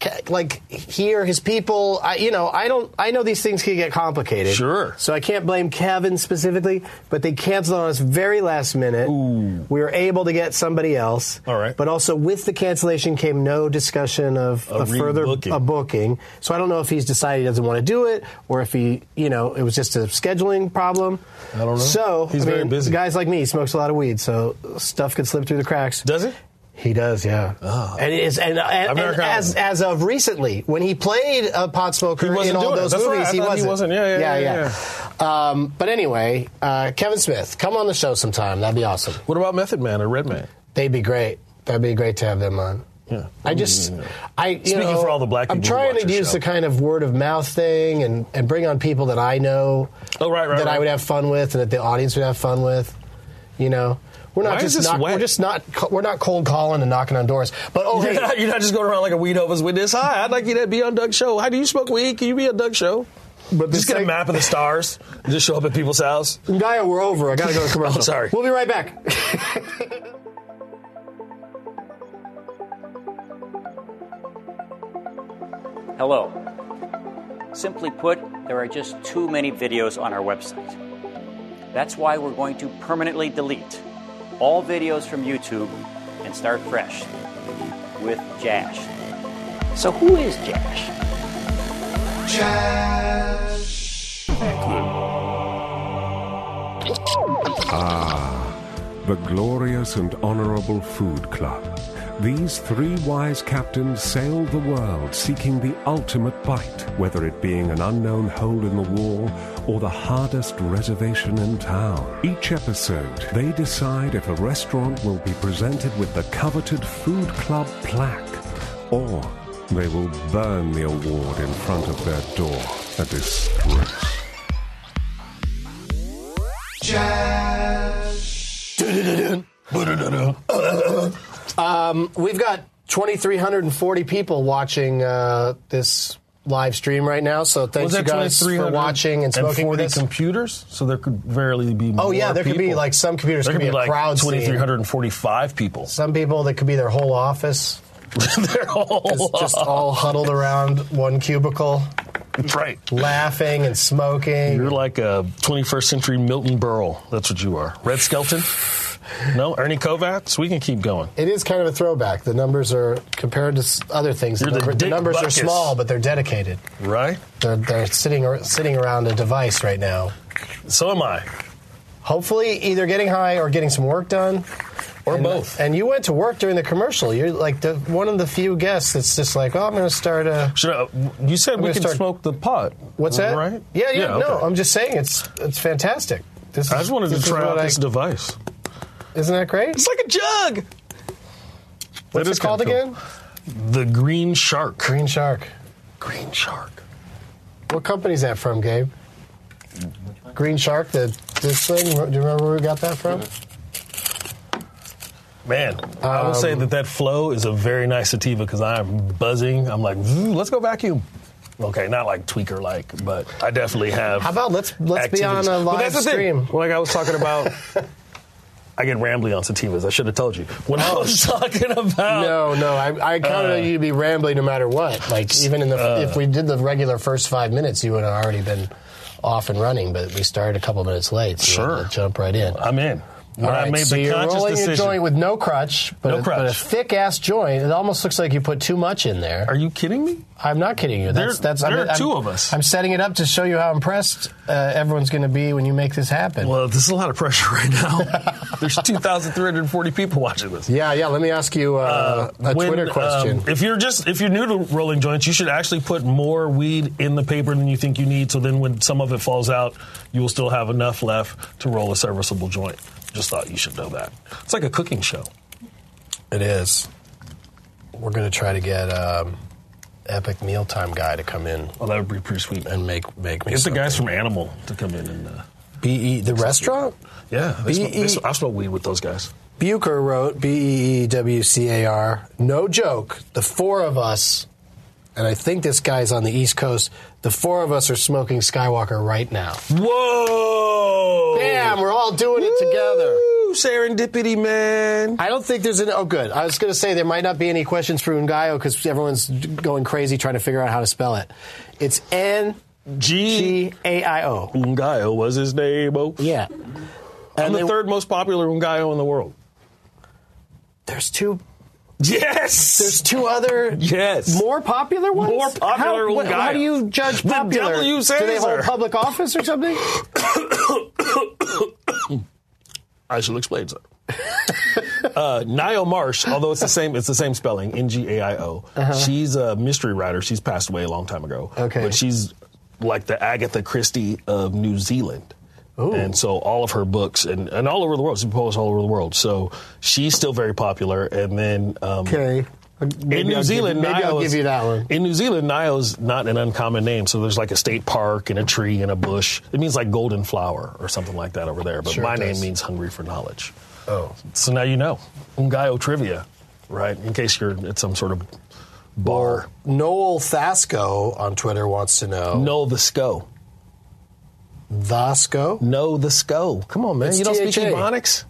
[SPEAKER 2] Ca- Like he or his people, I, you know, I don't. I know these things can get complicated.
[SPEAKER 3] Sure.
[SPEAKER 2] So I can't blame Kevin specifically, but they canceled on us very last minute. We were able to get somebody else.
[SPEAKER 3] All right.
[SPEAKER 2] But also with the cancellation came no discussion of
[SPEAKER 3] A
[SPEAKER 2] a further
[SPEAKER 3] rebooking.
[SPEAKER 2] a booking. So I don't know if he's decided he doesn't want to do it, or if he, you know, it was just a scheduling problem.
[SPEAKER 3] I don't know.
[SPEAKER 2] So
[SPEAKER 3] He's
[SPEAKER 2] I
[SPEAKER 3] very
[SPEAKER 2] mean,
[SPEAKER 3] busy.
[SPEAKER 2] Guys like me he smokes a lot of weed, so stuff could slip through the cracks.
[SPEAKER 3] Does it? Ah.
[SPEAKER 2] He does, yeah. And, it is, and, uh, and,
[SPEAKER 3] never
[SPEAKER 2] and
[SPEAKER 3] heard of
[SPEAKER 2] as,
[SPEAKER 3] him.
[SPEAKER 2] as of recently, when he played a pot smoker
[SPEAKER 3] He wasn't
[SPEAKER 2] in all
[SPEAKER 3] doing it.
[SPEAKER 2] those
[SPEAKER 3] That's right.
[SPEAKER 2] movies,
[SPEAKER 3] I thought he wasn't. Yeah, yeah, yeah,
[SPEAKER 2] Um, but anyway, uh, Kevin Smith, come on the show sometime. That'd be awesome.
[SPEAKER 3] What about Method Man or Red Man?
[SPEAKER 2] They'd be great. That'd be great to have them on.
[SPEAKER 3] Yeah.
[SPEAKER 2] I just, I you
[SPEAKER 3] Speaking
[SPEAKER 2] know,
[SPEAKER 3] for all the black
[SPEAKER 2] I'm
[SPEAKER 3] people who
[SPEAKER 2] trying
[SPEAKER 3] watch
[SPEAKER 2] to
[SPEAKER 3] your
[SPEAKER 2] use
[SPEAKER 3] show.
[SPEAKER 2] the kind of word of mouth thing and, and bring on people that I know
[SPEAKER 3] Oh, right, right,
[SPEAKER 2] that I
[SPEAKER 3] right.
[SPEAKER 2] would have fun with and that the audience would have fun with. You know, we're not
[SPEAKER 3] Why is
[SPEAKER 2] just
[SPEAKER 3] this
[SPEAKER 2] knock-
[SPEAKER 3] wet?
[SPEAKER 2] we're just not co- we're not cold calling and knocking on doors. But oh,
[SPEAKER 3] You're
[SPEAKER 2] hey,
[SPEAKER 3] not, you're not just going around like a weed hova's witness. Hi, I'd like you to be on Doug's show. How do you smoke weed? Can you be on Doug's show?
[SPEAKER 2] But
[SPEAKER 3] just
[SPEAKER 2] this
[SPEAKER 3] get a
[SPEAKER 2] thing-
[SPEAKER 3] map of the stars. and Just show up at people's house.
[SPEAKER 2] Gaia, we're over. I gotta go to commercial.
[SPEAKER 3] Oh, sorry.
[SPEAKER 2] we'll be right back.
[SPEAKER 7] Hello. Simply put, there are just too many videos on our website. That's why we're going to permanently delete all videos from YouTube and start fresh with Jash. So, who is Jash?
[SPEAKER 8] the glorious and honorable food club. These three wise captains sailed the world seeking the ultimate bite, whether it being an unknown hole in the wall or the hardest reservation in town. Each episode, they decide if a restaurant will be presented with the coveted food club plaque or they will burn the award in front of their door. A disgrace.
[SPEAKER 2] We've got 2,340 people watching uh, this live stream right now. So thanks you guys for watching and smoking with
[SPEAKER 3] 40
[SPEAKER 2] us.
[SPEAKER 3] computers? So there could verily be
[SPEAKER 2] Oh yeah, there could be like some computers
[SPEAKER 3] there could be
[SPEAKER 2] a
[SPEAKER 3] like
[SPEAKER 2] crowd scene.
[SPEAKER 3] 2,345 people.
[SPEAKER 2] Some people that could be their whole office
[SPEAKER 3] They're all
[SPEAKER 2] is just all huddled around one cubicle,
[SPEAKER 3] That's right.
[SPEAKER 2] laughing and smoking.
[SPEAKER 3] You're like a 21st century Milton Berle. That's what you are. Red Skelton? No, Ernie Kovacs. We can keep going.
[SPEAKER 2] it is kind of a throwback. The numbers are compared to s- other things.
[SPEAKER 3] You're the
[SPEAKER 2] number-
[SPEAKER 3] Dick
[SPEAKER 2] numbers
[SPEAKER 3] Buckus.
[SPEAKER 2] are small, but they're dedicated.
[SPEAKER 3] Right?
[SPEAKER 2] They're, they're sitting ar- sitting around a device right now.
[SPEAKER 3] So am I.
[SPEAKER 2] Hopefully, either getting high or getting some work done,
[SPEAKER 9] Or
[SPEAKER 2] And-
[SPEAKER 9] both.
[SPEAKER 2] And you went to work during the commercial. You're like the, one of the few guests that's just like, oh, I'm going to start a.
[SPEAKER 3] Should I, you said we
[SPEAKER 2] gonna
[SPEAKER 3] could
[SPEAKER 2] start-
[SPEAKER 3] smoke the pot.
[SPEAKER 2] What's that?
[SPEAKER 3] Right?
[SPEAKER 2] Yeah, yeah. no,
[SPEAKER 3] okay.
[SPEAKER 2] I'm just saying it's it's fantastic. This is,
[SPEAKER 3] I just wanted to
[SPEAKER 2] this is
[SPEAKER 3] try out
[SPEAKER 2] what I-
[SPEAKER 3] this device.
[SPEAKER 2] Isn't that great?
[SPEAKER 3] It's like a jug. That
[SPEAKER 2] What's
[SPEAKER 3] is
[SPEAKER 2] it called
[SPEAKER 3] kinda
[SPEAKER 2] again?
[SPEAKER 3] cool. The Green Shark.
[SPEAKER 2] Green Shark.
[SPEAKER 3] Green Shark.
[SPEAKER 2] What company's that from, Gabe? Green Shark. The this thing. Do you remember where we got that from?
[SPEAKER 3] Man, I will
[SPEAKER 2] Um,
[SPEAKER 3] say that that flow is a very nice sativa because I'm buzzing. I'm like, "Ooh, let's go vacuum. Okay, not like tweaker like, but I definitely have.
[SPEAKER 2] How about let's- let's be on a
[SPEAKER 3] But
[SPEAKER 2] live
[SPEAKER 3] that's the thing.
[SPEAKER 2] stream.
[SPEAKER 3] Like I was talking about, I get rambly on sativas. I should have told you when I was talking about.
[SPEAKER 2] Oh, No, no. I, I counted
[SPEAKER 3] Oh. Uh,
[SPEAKER 2] on you to be rambling no matter what. Like even in the if we did the regular first five minutes, you would have already been off and running. But we started a couple minutes late. So You
[SPEAKER 3] Sure.
[SPEAKER 2] had to jump right in.
[SPEAKER 3] I'm in. When
[SPEAKER 2] All
[SPEAKER 3] I
[SPEAKER 2] right,
[SPEAKER 3] made
[SPEAKER 2] so
[SPEAKER 3] the
[SPEAKER 2] you're
[SPEAKER 3] conscious
[SPEAKER 2] rolling
[SPEAKER 3] decision.
[SPEAKER 2] a joint with no crutch, but,
[SPEAKER 3] No
[SPEAKER 2] a,
[SPEAKER 3] crutch.
[SPEAKER 2] but a thick ass joint. It almost looks like you put too much in there.
[SPEAKER 3] Are you kidding me?
[SPEAKER 2] I'm not kidding you. That's
[SPEAKER 3] There-
[SPEAKER 2] that's
[SPEAKER 3] there
[SPEAKER 2] I'm,
[SPEAKER 3] are
[SPEAKER 2] I'm-
[SPEAKER 3] two of us.
[SPEAKER 2] I'm setting it up to show you how impressed uh, everyone's going to be when you make this happen.
[SPEAKER 3] Well, this is a lot of pressure right now. There's 2,340 people watching this.
[SPEAKER 2] yeah, yeah. Let me ask you uh, a
[SPEAKER 3] When,
[SPEAKER 2] Twitter
[SPEAKER 3] um,
[SPEAKER 2] question.
[SPEAKER 3] if you're just if you're new to rolling joints, you should actually put more weed in the paper than you think you need. So then, when some of it falls out, you will still have enough left to roll a serviceable joint. Just thought you should know that. It's like a cooking show.
[SPEAKER 2] it is. We're going to try to get um, Epic Mealtime guy to come in
[SPEAKER 3] Well, Oh, that would be pretty sweet.
[SPEAKER 2] and make make me.
[SPEAKER 3] Get the
[SPEAKER 2] something.
[SPEAKER 3] guys from Animal to come in and uh,
[SPEAKER 2] BE the restaurant.
[SPEAKER 3] yeah, they smoke, they
[SPEAKER 2] BE.
[SPEAKER 3] smoke- I smoke weed with those guys.
[SPEAKER 2] Bucher wrote B E E W C A R. No joke. The four of us, and I think this guy's on the East Coast. The four of us are smoking Skywalker right now.
[SPEAKER 3] Whoa!
[SPEAKER 2] Damn, we're all doing it together.
[SPEAKER 3] Woo, serendipity, man.
[SPEAKER 2] I don't think there's an. Oh, good. I was going to say there might not be any questions for Ungayo because everyone's going crazy trying to figure out how to spell it. It's N
[SPEAKER 3] G.
[SPEAKER 2] G A I O.
[SPEAKER 3] Ungayo was his name. Oh,
[SPEAKER 2] Yeah.
[SPEAKER 3] I'm
[SPEAKER 2] And
[SPEAKER 3] the
[SPEAKER 2] they-
[SPEAKER 3] third most popular Ungayo in the world.
[SPEAKER 2] There's two.
[SPEAKER 3] Yes.
[SPEAKER 2] There's two other.
[SPEAKER 3] Yes.
[SPEAKER 2] More popular ones.
[SPEAKER 3] More popular
[SPEAKER 2] How, wh-
[SPEAKER 3] Ungayo.
[SPEAKER 2] how do you judge
[SPEAKER 3] The
[SPEAKER 2] popular?
[SPEAKER 3] W
[SPEAKER 2] do they hold
[SPEAKER 3] Caesar.
[SPEAKER 2] public office or something?
[SPEAKER 3] I shall explain, sir. uh, Niall Marsh, although it's the same, it's the same spelling, N G A I O. She's a mystery writer. She's passed away a long time ago.
[SPEAKER 2] Uh-huh. Okay.
[SPEAKER 3] but she's like the Agatha Christie of New Zealand. And so all of her books and, and all over the world, she published all over the world. So she's still very popular. And then um,
[SPEAKER 2] Okay. Uh, Maybe
[SPEAKER 3] in New
[SPEAKER 2] I'll give
[SPEAKER 3] Zealand,
[SPEAKER 2] you- maybe
[SPEAKER 3] Nio
[SPEAKER 2] I'll
[SPEAKER 3] is-
[SPEAKER 2] give you that one.
[SPEAKER 3] In New Zealand, Nio's not an uncommon name. So there's like a state park and a tree and a bush. It means like golden flower or something like that over there. But
[SPEAKER 2] Sure it
[SPEAKER 3] my name
[SPEAKER 2] does.
[SPEAKER 3] means hungry for knowledge.
[SPEAKER 2] Oh.
[SPEAKER 3] So now you know. Ungayo trivia, right? In case you're at some sort of bar.
[SPEAKER 2] Noel Thasco on Twitter wants to know.
[SPEAKER 3] Know the SCO.
[SPEAKER 2] Thasco?
[SPEAKER 3] Know the SCO. Come on, man.
[SPEAKER 2] It's
[SPEAKER 3] you don't speak
[SPEAKER 2] THA.
[SPEAKER 3] Ebonics?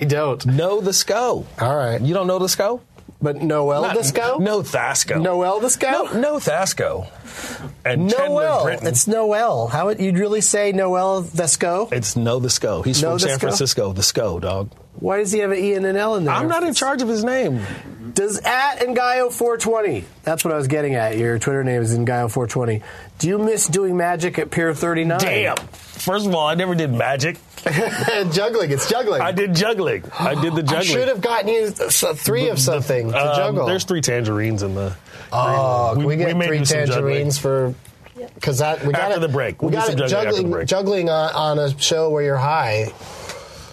[SPEAKER 2] I don't.
[SPEAKER 3] know the SCO.
[SPEAKER 2] All right.
[SPEAKER 3] You don't know the SCO?
[SPEAKER 2] But Noel
[SPEAKER 3] Not-
[SPEAKER 2] Thasco?
[SPEAKER 3] No Thasco.
[SPEAKER 2] Noel Thasco?
[SPEAKER 3] No, no Thasco. And Chandler
[SPEAKER 2] Noel.
[SPEAKER 3] Britton.
[SPEAKER 2] It's Noel. How would you'd really say Noel Thesco?
[SPEAKER 3] It's no the SCO. He's
[SPEAKER 2] No
[SPEAKER 3] from
[SPEAKER 2] the
[SPEAKER 3] San
[SPEAKER 2] SCO?
[SPEAKER 3] Francisco. The SCO dog.
[SPEAKER 2] Why does he have an E and an L in there?
[SPEAKER 3] I'm not in charge of his name.
[SPEAKER 2] Does at Ngaio420? That's what I was getting at. Your Twitter name is Ngaio420. Do you miss doing magic at Pier 39?
[SPEAKER 3] Damn. First of all, I never did magic.
[SPEAKER 2] juggling. It's juggling.
[SPEAKER 3] I did juggling. I did the juggling.
[SPEAKER 2] I should have gotten you s- three of something to
[SPEAKER 3] Um,
[SPEAKER 2] juggle.
[SPEAKER 3] There's three tangerines in the.
[SPEAKER 2] Oh, can we, get
[SPEAKER 3] may
[SPEAKER 2] three
[SPEAKER 3] do some
[SPEAKER 2] tangerines
[SPEAKER 3] juggling.
[SPEAKER 2] for? Because that we got
[SPEAKER 3] After
[SPEAKER 2] it,
[SPEAKER 3] the break.
[SPEAKER 2] we
[SPEAKER 3] We'll do
[SPEAKER 2] got
[SPEAKER 3] some
[SPEAKER 2] it
[SPEAKER 3] juggling after the
[SPEAKER 2] juggling,
[SPEAKER 3] break.
[SPEAKER 2] juggling on, on a show where you're high.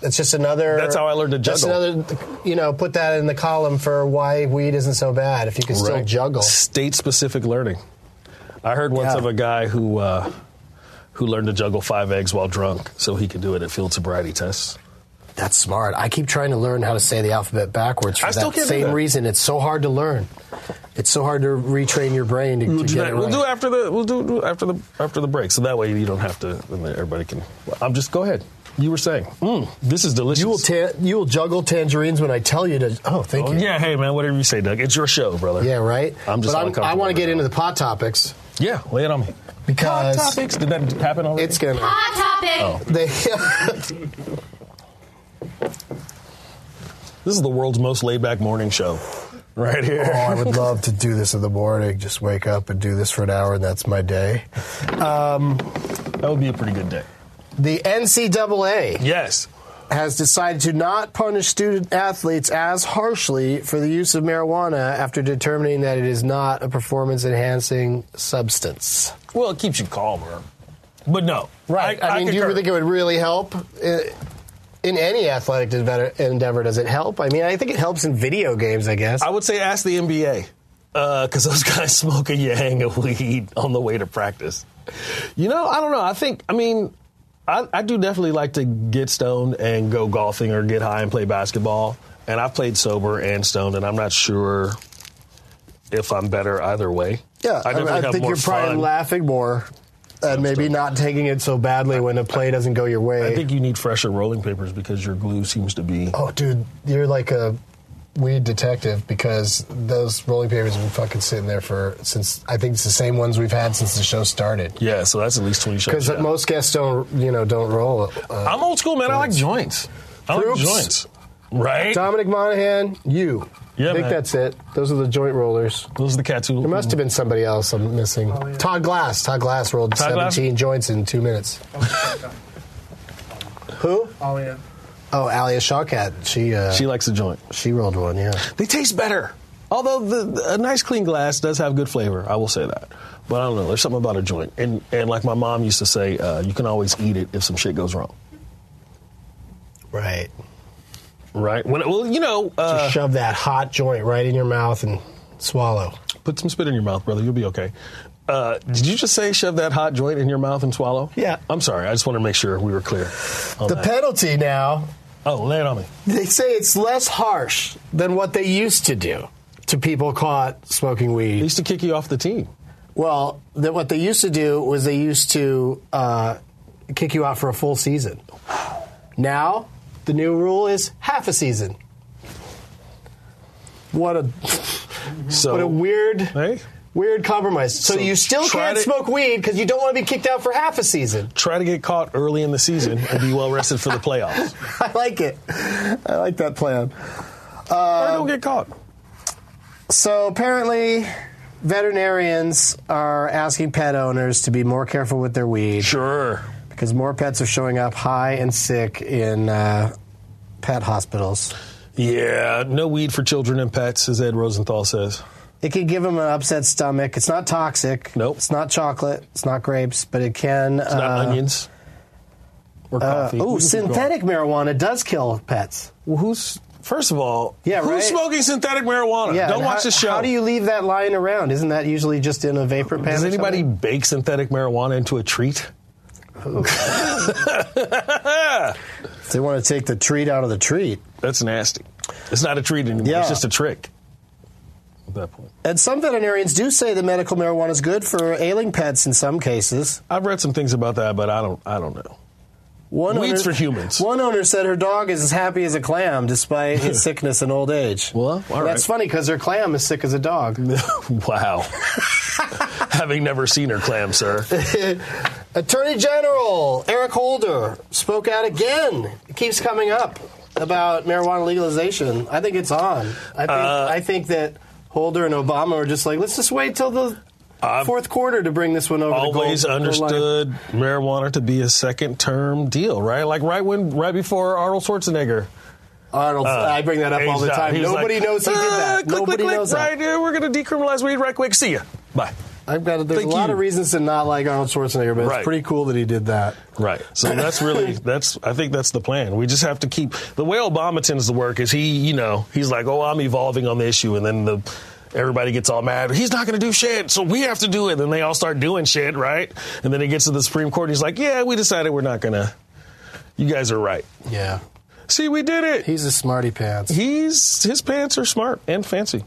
[SPEAKER 2] It's just another.
[SPEAKER 3] That's how I learned to
[SPEAKER 2] That's
[SPEAKER 3] juggle.
[SPEAKER 2] another. You know, put that in the column for why weed isn't so bad if you can still
[SPEAKER 3] Right.
[SPEAKER 2] juggle.
[SPEAKER 3] State-specific learning. I heard once
[SPEAKER 2] Yeah.
[SPEAKER 3] of a guy who uh, who learned to juggle five eggs while drunk, so he could do it at field sobriety tests.
[SPEAKER 2] That's smart. I keep trying to learn how to say the alphabet backwards for
[SPEAKER 3] I
[SPEAKER 2] that
[SPEAKER 3] still can't do
[SPEAKER 2] same
[SPEAKER 3] that.
[SPEAKER 2] reason. It's so hard to learn. It's so hard to retrain your brain to, to
[SPEAKER 3] We'll do
[SPEAKER 2] get
[SPEAKER 3] that.
[SPEAKER 2] it
[SPEAKER 3] We'll
[SPEAKER 2] right.
[SPEAKER 3] do after the. We'll do do after the after the break, so that way you don't have to. and then Everybody can. I'm just go ahead. You were saying, mm, this is delicious.
[SPEAKER 2] You will ta- you will juggle tangerines when I tell you to. Oh, thank
[SPEAKER 3] Oh,
[SPEAKER 2] you.
[SPEAKER 3] yeah, hey man, whatever you say, Doug. It's your show, brother.
[SPEAKER 2] Yeah, right.
[SPEAKER 3] I'm just
[SPEAKER 2] But I
[SPEAKER 3] uncomfortable
[SPEAKER 2] want to
[SPEAKER 3] right
[SPEAKER 2] get into
[SPEAKER 3] now.
[SPEAKER 2] the pot topics
[SPEAKER 3] Yeah, lay it on me. Hot
[SPEAKER 2] because
[SPEAKER 3] topics. Did that happen already?
[SPEAKER 2] it's gonna.
[SPEAKER 10] Hot topic.
[SPEAKER 2] They,
[SPEAKER 3] this is the world's most laid back morning show, right here.
[SPEAKER 2] oh, I would love to do this in the morning. Just wake up and do this for an hour, and that's my day. Um, Oh.
[SPEAKER 3] that would be a pretty good day.
[SPEAKER 2] The NCAA
[SPEAKER 3] Yes.
[SPEAKER 2] has decided to not punish student athletes as harshly for the use of marijuana after determining that it is not a performance enhancing substance.
[SPEAKER 3] Well, it keeps you calmer. But no.
[SPEAKER 2] I, mean, do you
[SPEAKER 3] concur.
[SPEAKER 2] think it would really help in, in any athletic endeavor, endeavor? Does it help? I mean, I think it helps in video games, I guess.
[SPEAKER 3] I would say ask the NBA because uh, those guys smoke a yang of weed on the way to practice. You know, I don't know. I think I mean, I, I do definitely like to get stoned and go golfing or get high and play basketball. And I've played sober and stoned, and I'm not sure if I'm better either way.
[SPEAKER 2] yeah, I,
[SPEAKER 3] definitely
[SPEAKER 2] I
[SPEAKER 3] have
[SPEAKER 2] think
[SPEAKER 3] more
[SPEAKER 2] you're probably
[SPEAKER 3] fun.
[SPEAKER 2] laughing more and maybe not taking it so badly when a play doesn't go your way.
[SPEAKER 3] I think you need fresher rolling papers because your glue seems to be.
[SPEAKER 2] Oh, dude, you're like a weed detective because those rolling papers have been fucking sitting there for since I think it's the same ones we've had since the show started.
[SPEAKER 3] Yeah, so that's at least twenty shots.
[SPEAKER 2] Because
[SPEAKER 3] yeah.
[SPEAKER 2] most guests don't, you know, don't roll. Uh,
[SPEAKER 3] I'm old school, man. I like joints. I like
[SPEAKER 2] Groups.
[SPEAKER 3] joints. Right?
[SPEAKER 2] Dominic Monaghan, you.
[SPEAKER 3] Yeah,
[SPEAKER 2] I think
[SPEAKER 3] man.
[SPEAKER 2] that's it. Those are the joint rollers.
[SPEAKER 3] Those are the cats who
[SPEAKER 2] There must have been somebody else I'm missing.
[SPEAKER 9] Oh,
[SPEAKER 2] Todd Glass. Todd Glass rolled
[SPEAKER 3] Todd Glass?
[SPEAKER 2] 17 joints in two minutes. Who?
[SPEAKER 9] Oh yeah.
[SPEAKER 2] Oh, Alia Shawkat. She uh,
[SPEAKER 3] She
[SPEAKER 2] she,
[SPEAKER 3] likes a joint.
[SPEAKER 2] rolled one. Yeah.
[SPEAKER 3] They taste better. Although the, the- a nice clean glass does have good flavor, I will say that. But I don't know. There's something about a joint, and and like my mom used to say, uh, you can always eat it if some shit goes wrong,
[SPEAKER 2] Right.
[SPEAKER 3] right? When well, you know, uh,
[SPEAKER 2] Just shove that hot joint right in your mouth and swallow.
[SPEAKER 3] put some spit in your mouth, brother. You'll be okay. Uh, did you just say shove that hot joint in your mouth and swallow?
[SPEAKER 2] Yeah.
[SPEAKER 3] I'm sorry. I just wanted to make sure we were clear. on
[SPEAKER 2] The
[SPEAKER 3] that.
[SPEAKER 2] penalty now,
[SPEAKER 3] oh, lay it on me.
[SPEAKER 2] they say it's less harsh than what they used to do to people caught smoking
[SPEAKER 3] They
[SPEAKER 2] weed.
[SPEAKER 3] used to kick you off the team.
[SPEAKER 2] Well, that what they used to do was they used to uh, kick you out for a full season. Now, the new rule is half a season. What a
[SPEAKER 3] So
[SPEAKER 2] what a weird
[SPEAKER 3] Hey.
[SPEAKER 2] weird compromise. So,
[SPEAKER 3] So
[SPEAKER 2] you still
[SPEAKER 3] try
[SPEAKER 2] can't
[SPEAKER 3] to-
[SPEAKER 2] smoke weed because you don't want to be kicked out for half a season.
[SPEAKER 3] try to get caught early in the season and be well rested for the playoffs.
[SPEAKER 2] I like it. I like that plan.
[SPEAKER 3] or don't get caught.
[SPEAKER 2] So apparently, veterinarians are asking pet owners to be more careful with their weed
[SPEAKER 3] Sure.
[SPEAKER 2] because more pets are showing up high and sick in uh, pet hospitals.
[SPEAKER 3] Yeah, no weed for children and pets, as Ed Rosenthal says.
[SPEAKER 2] It can give them an upset stomach. It's not toxic.
[SPEAKER 3] Nope.
[SPEAKER 2] It's not chocolate. It's not grapes, but it can.
[SPEAKER 3] It's not onions or coffee.
[SPEAKER 2] Oh,
[SPEAKER 3] We can keep going.
[SPEAKER 2] Uh, synthetic marijuana does kill pets.
[SPEAKER 3] Well, who's first of all?
[SPEAKER 2] Yeah,
[SPEAKER 3] who's
[SPEAKER 2] right?
[SPEAKER 3] smoking synthetic marijuana? don't
[SPEAKER 2] and
[SPEAKER 3] watch
[SPEAKER 2] how,
[SPEAKER 3] the show.
[SPEAKER 2] How do you leave that lying around? Isn't that usually just in a vapor pen?
[SPEAKER 3] Does
[SPEAKER 2] or
[SPEAKER 3] anybody
[SPEAKER 2] something?
[SPEAKER 3] bake synthetic marijuana into a treat?
[SPEAKER 2] They want to take the treat out of the treat.
[SPEAKER 3] That's nasty. It's not a treat anymore.
[SPEAKER 2] Yeah.
[SPEAKER 3] It's just a trick. At that point,
[SPEAKER 2] And some veterinarians do say that medical marijuana is good for ailing pets in some cases.
[SPEAKER 3] I've read some things about that, but I don't. I don't know.
[SPEAKER 2] One
[SPEAKER 3] Weeds for humans.
[SPEAKER 2] One owner said her dog is as happy as a clam despite his sickness and old age.
[SPEAKER 3] Well, all
[SPEAKER 2] And that's
[SPEAKER 3] right.
[SPEAKER 2] funny because her clam is sick as a dog.
[SPEAKER 3] wow. Having never seen her clam, sir.
[SPEAKER 2] Attorney General Eric Holder spoke out again. It keeps coming up about marijuana legalization. I think it's on. I think,
[SPEAKER 3] Uh,
[SPEAKER 2] I think that Holder and Obama are just like, let's just wait till the fourth quarter to bring this one over. the goal-
[SPEAKER 3] always
[SPEAKER 2] goal line."
[SPEAKER 3] understood marijuana to be a second term deal, right? Like right when right before Arnold Schwarzenegger. Uh,
[SPEAKER 2] Arnold, I bring that up all the
[SPEAKER 3] aged out.
[SPEAKER 2] time.
[SPEAKER 3] He was
[SPEAKER 2] Nobody
[SPEAKER 3] uh, like,
[SPEAKER 2] knows he did
[SPEAKER 3] "Ah,
[SPEAKER 2] that.
[SPEAKER 3] Click,
[SPEAKER 2] Nobody
[SPEAKER 3] click,
[SPEAKER 2] knows
[SPEAKER 3] click,
[SPEAKER 2] that.
[SPEAKER 3] right here. We're going to decriminalize weed right quick. See ya. Bye.
[SPEAKER 2] I've got there's
[SPEAKER 3] Thank
[SPEAKER 2] a lot
[SPEAKER 3] you.
[SPEAKER 2] of reasons to not like Arnold Schwarzenegger, but
[SPEAKER 3] Right.
[SPEAKER 2] it's pretty cool that he did that.
[SPEAKER 3] Right. So that's really that's I think that's the plan. We just have to keep the way Obama tends to work is he, you know, he's like, "Oh, I'm evolving on the issue." And then the everybody gets all mad. He's not going to do shit, so we have to do it. And then they all start doing shit, right? And then he gets to the Supreme Court and he's like, "Yeah, we decided we're not going to You guys are right."
[SPEAKER 2] Yeah,
[SPEAKER 3] See, we did it.
[SPEAKER 2] he's a smarty pants.
[SPEAKER 3] He's his pants are smart and fancy.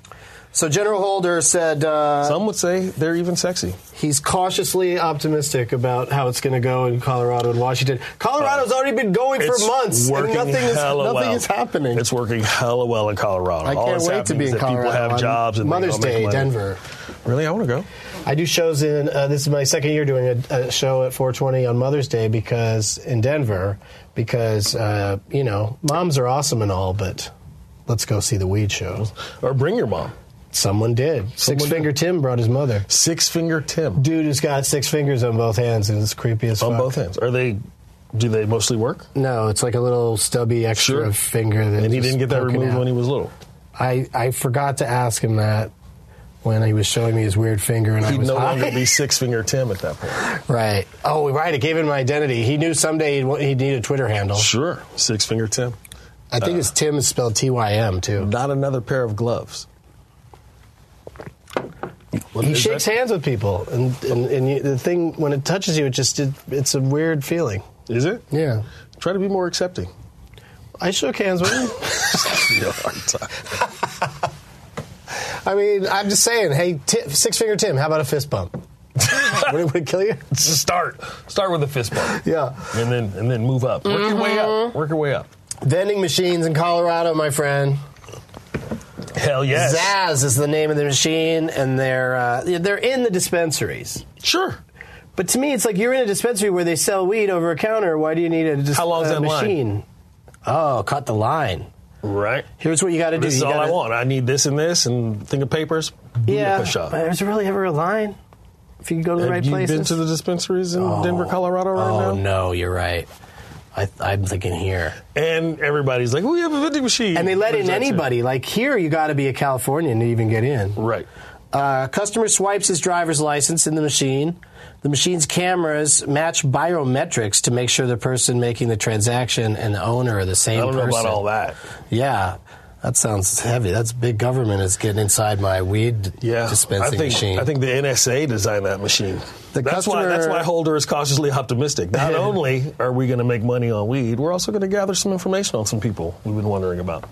[SPEAKER 2] so General Holder said uh,
[SPEAKER 3] Some would say they're even sexy.
[SPEAKER 2] he's cautiously optimistic about how it's going to go in Colorado and Washington. Colorado's already been going for months, and nothing is
[SPEAKER 3] Uh, hella
[SPEAKER 2] nothing
[SPEAKER 3] well.
[SPEAKER 2] is happening.
[SPEAKER 3] It's working hella well in Colorado.
[SPEAKER 2] I
[SPEAKER 3] All
[SPEAKER 2] can't
[SPEAKER 3] that's
[SPEAKER 2] wait to
[SPEAKER 3] happening
[SPEAKER 2] be
[SPEAKER 3] is
[SPEAKER 2] in
[SPEAKER 3] that People
[SPEAKER 2] Colorado.
[SPEAKER 3] have jobs and they
[SPEAKER 2] Mother's
[SPEAKER 3] don't make
[SPEAKER 2] Day,
[SPEAKER 3] money.
[SPEAKER 2] Denver.
[SPEAKER 3] Really, I want to go.
[SPEAKER 2] I do shows in. Uh, this is my second year doing a, a show at 420 on Mother's Day because in Denver, because uh, you know moms are awesome and all, but let's go see the weed show.
[SPEAKER 3] Or bring your mom.
[SPEAKER 2] Someone did. six Finger Tim brought his mother.
[SPEAKER 3] Six finger Tim
[SPEAKER 2] Dude who's got six fingers on both hands and it's creepy as
[SPEAKER 3] on
[SPEAKER 2] fuck.
[SPEAKER 3] both hands. Are they Do they mostly work?
[SPEAKER 2] No, it's like a little stubby extra
[SPEAKER 3] Sure.
[SPEAKER 2] finger. That
[SPEAKER 3] And he
[SPEAKER 2] was
[SPEAKER 3] didn't get that
[SPEAKER 2] poking
[SPEAKER 3] removed
[SPEAKER 2] out.
[SPEAKER 3] when he was little.
[SPEAKER 2] I, I forgot to ask him that when he was showing me his weird finger and I
[SPEAKER 3] He'd
[SPEAKER 2] was
[SPEAKER 3] no
[SPEAKER 2] high.
[SPEAKER 3] longer be six finger Tim at that point.
[SPEAKER 2] right. Oh, right. It gave him my identity. He knew someday he'd, wa- he'd need a Twitter handle.
[SPEAKER 3] Sure, six finger Tim.
[SPEAKER 2] I think it's Tim is spelled T Y M too.
[SPEAKER 3] Not another pair of gloves. What
[SPEAKER 2] He
[SPEAKER 3] is
[SPEAKER 2] shakes
[SPEAKER 3] that?
[SPEAKER 2] hands with people, and and, and you, the thing when it touches you, it just it, it's a weird feeling.
[SPEAKER 3] Is it?
[SPEAKER 2] Yeah.
[SPEAKER 3] Try to be more accepting.
[SPEAKER 2] I shook hands with him.
[SPEAKER 3] Yeah, hard time.
[SPEAKER 2] I mean, I'm just saying. Hey, Ti- six finger Tim, how about a fist bump? would, it, would it kill you?
[SPEAKER 3] Just start. Start with a fist bump.
[SPEAKER 2] Yeah. Mm-hmm.
[SPEAKER 3] And then and then move up. Work your way up. Work your way up.
[SPEAKER 2] Vending machines in Colorado, my friend.
[SPEAKER 3] Hell yes.
[SPEAKER 2] Zaz is the name of the machine, and they're uh, they're in the dispensaries.
[SPEAKER 3] Sure.
[SPEAKER 2] But to me, it's like you're in a dispensary where they sell weed over a counter. Why do you need a dis-
[SPEAKER 3] How long's
[SPEAKER 2] uh,
[SPEAKER 3] that line?
[SPEAKER 2] machine? Oh, cut the line.
[SPEAKER 3] Right.
[SPEAKER 2] Here's what you got to do.
[SPEAKER 3] This is
[SPEAKER 2] You
[SPEAKER 3] all I
[SPEAKER 2] gotta-
[SPEAKER 3] want. I need this and this and think of papers. Boom,
[SPEAKER 2] Yeah,
[SPEAKER 3] push up.
[SPEAKER 2] but there's really ever a line if you can go to the
[SPEAKER 3] Have
[SPEAKER 2] right
[SPEAKER 3] you
[SPEAKER 2] places.
[SPEAKER 3] been to the dispensaries in Denver, Colorado right
[SPEAKER 2] oh
[SPEAKER 3] now?
[SPEAKER 2] no, you're right. I, I'm thinking here,
[SPEAKER 3] And everybody's like, we have a vending machine.
[SPEAKER 2] and they let
[SPEAKER 3] There's
[SPEAKER 2] in
[SPEAKER 3] that too.
[SPEAKER 2] anybody. Like here, you got to be a Californian to even get in.
[SPEAKER 3] Right.
[SPEAKER 2] Uh, customer swipes his driver's license in the machine. The machine's cameras match biometrics to make sure the person making the transaction and the owner are the same
[SPEAKER 3] I don't know
[SPEAKER 2] person.
[SPEAKER 3] about all that.
[SPEAKER 2] Yeah, that sounds heavy. That's big government is getting inside my weed
[SPEAKER 3] Yeah,
[SPEAKER 2] dispensing
[SPEAKER 3] I think,
[SPEAKER 2] machine.
[SPEAKER 3] I think the NSA designed that machine.
[SPEAKER 2] The
[SPEAKER 3] that's why
[SPEAKER 2] customer-
[SPEAKER 3] that's why Holder is cautiously optimistic. Not only are we going to make money on weed, we're also going to gather some information on some people we've been wondering about.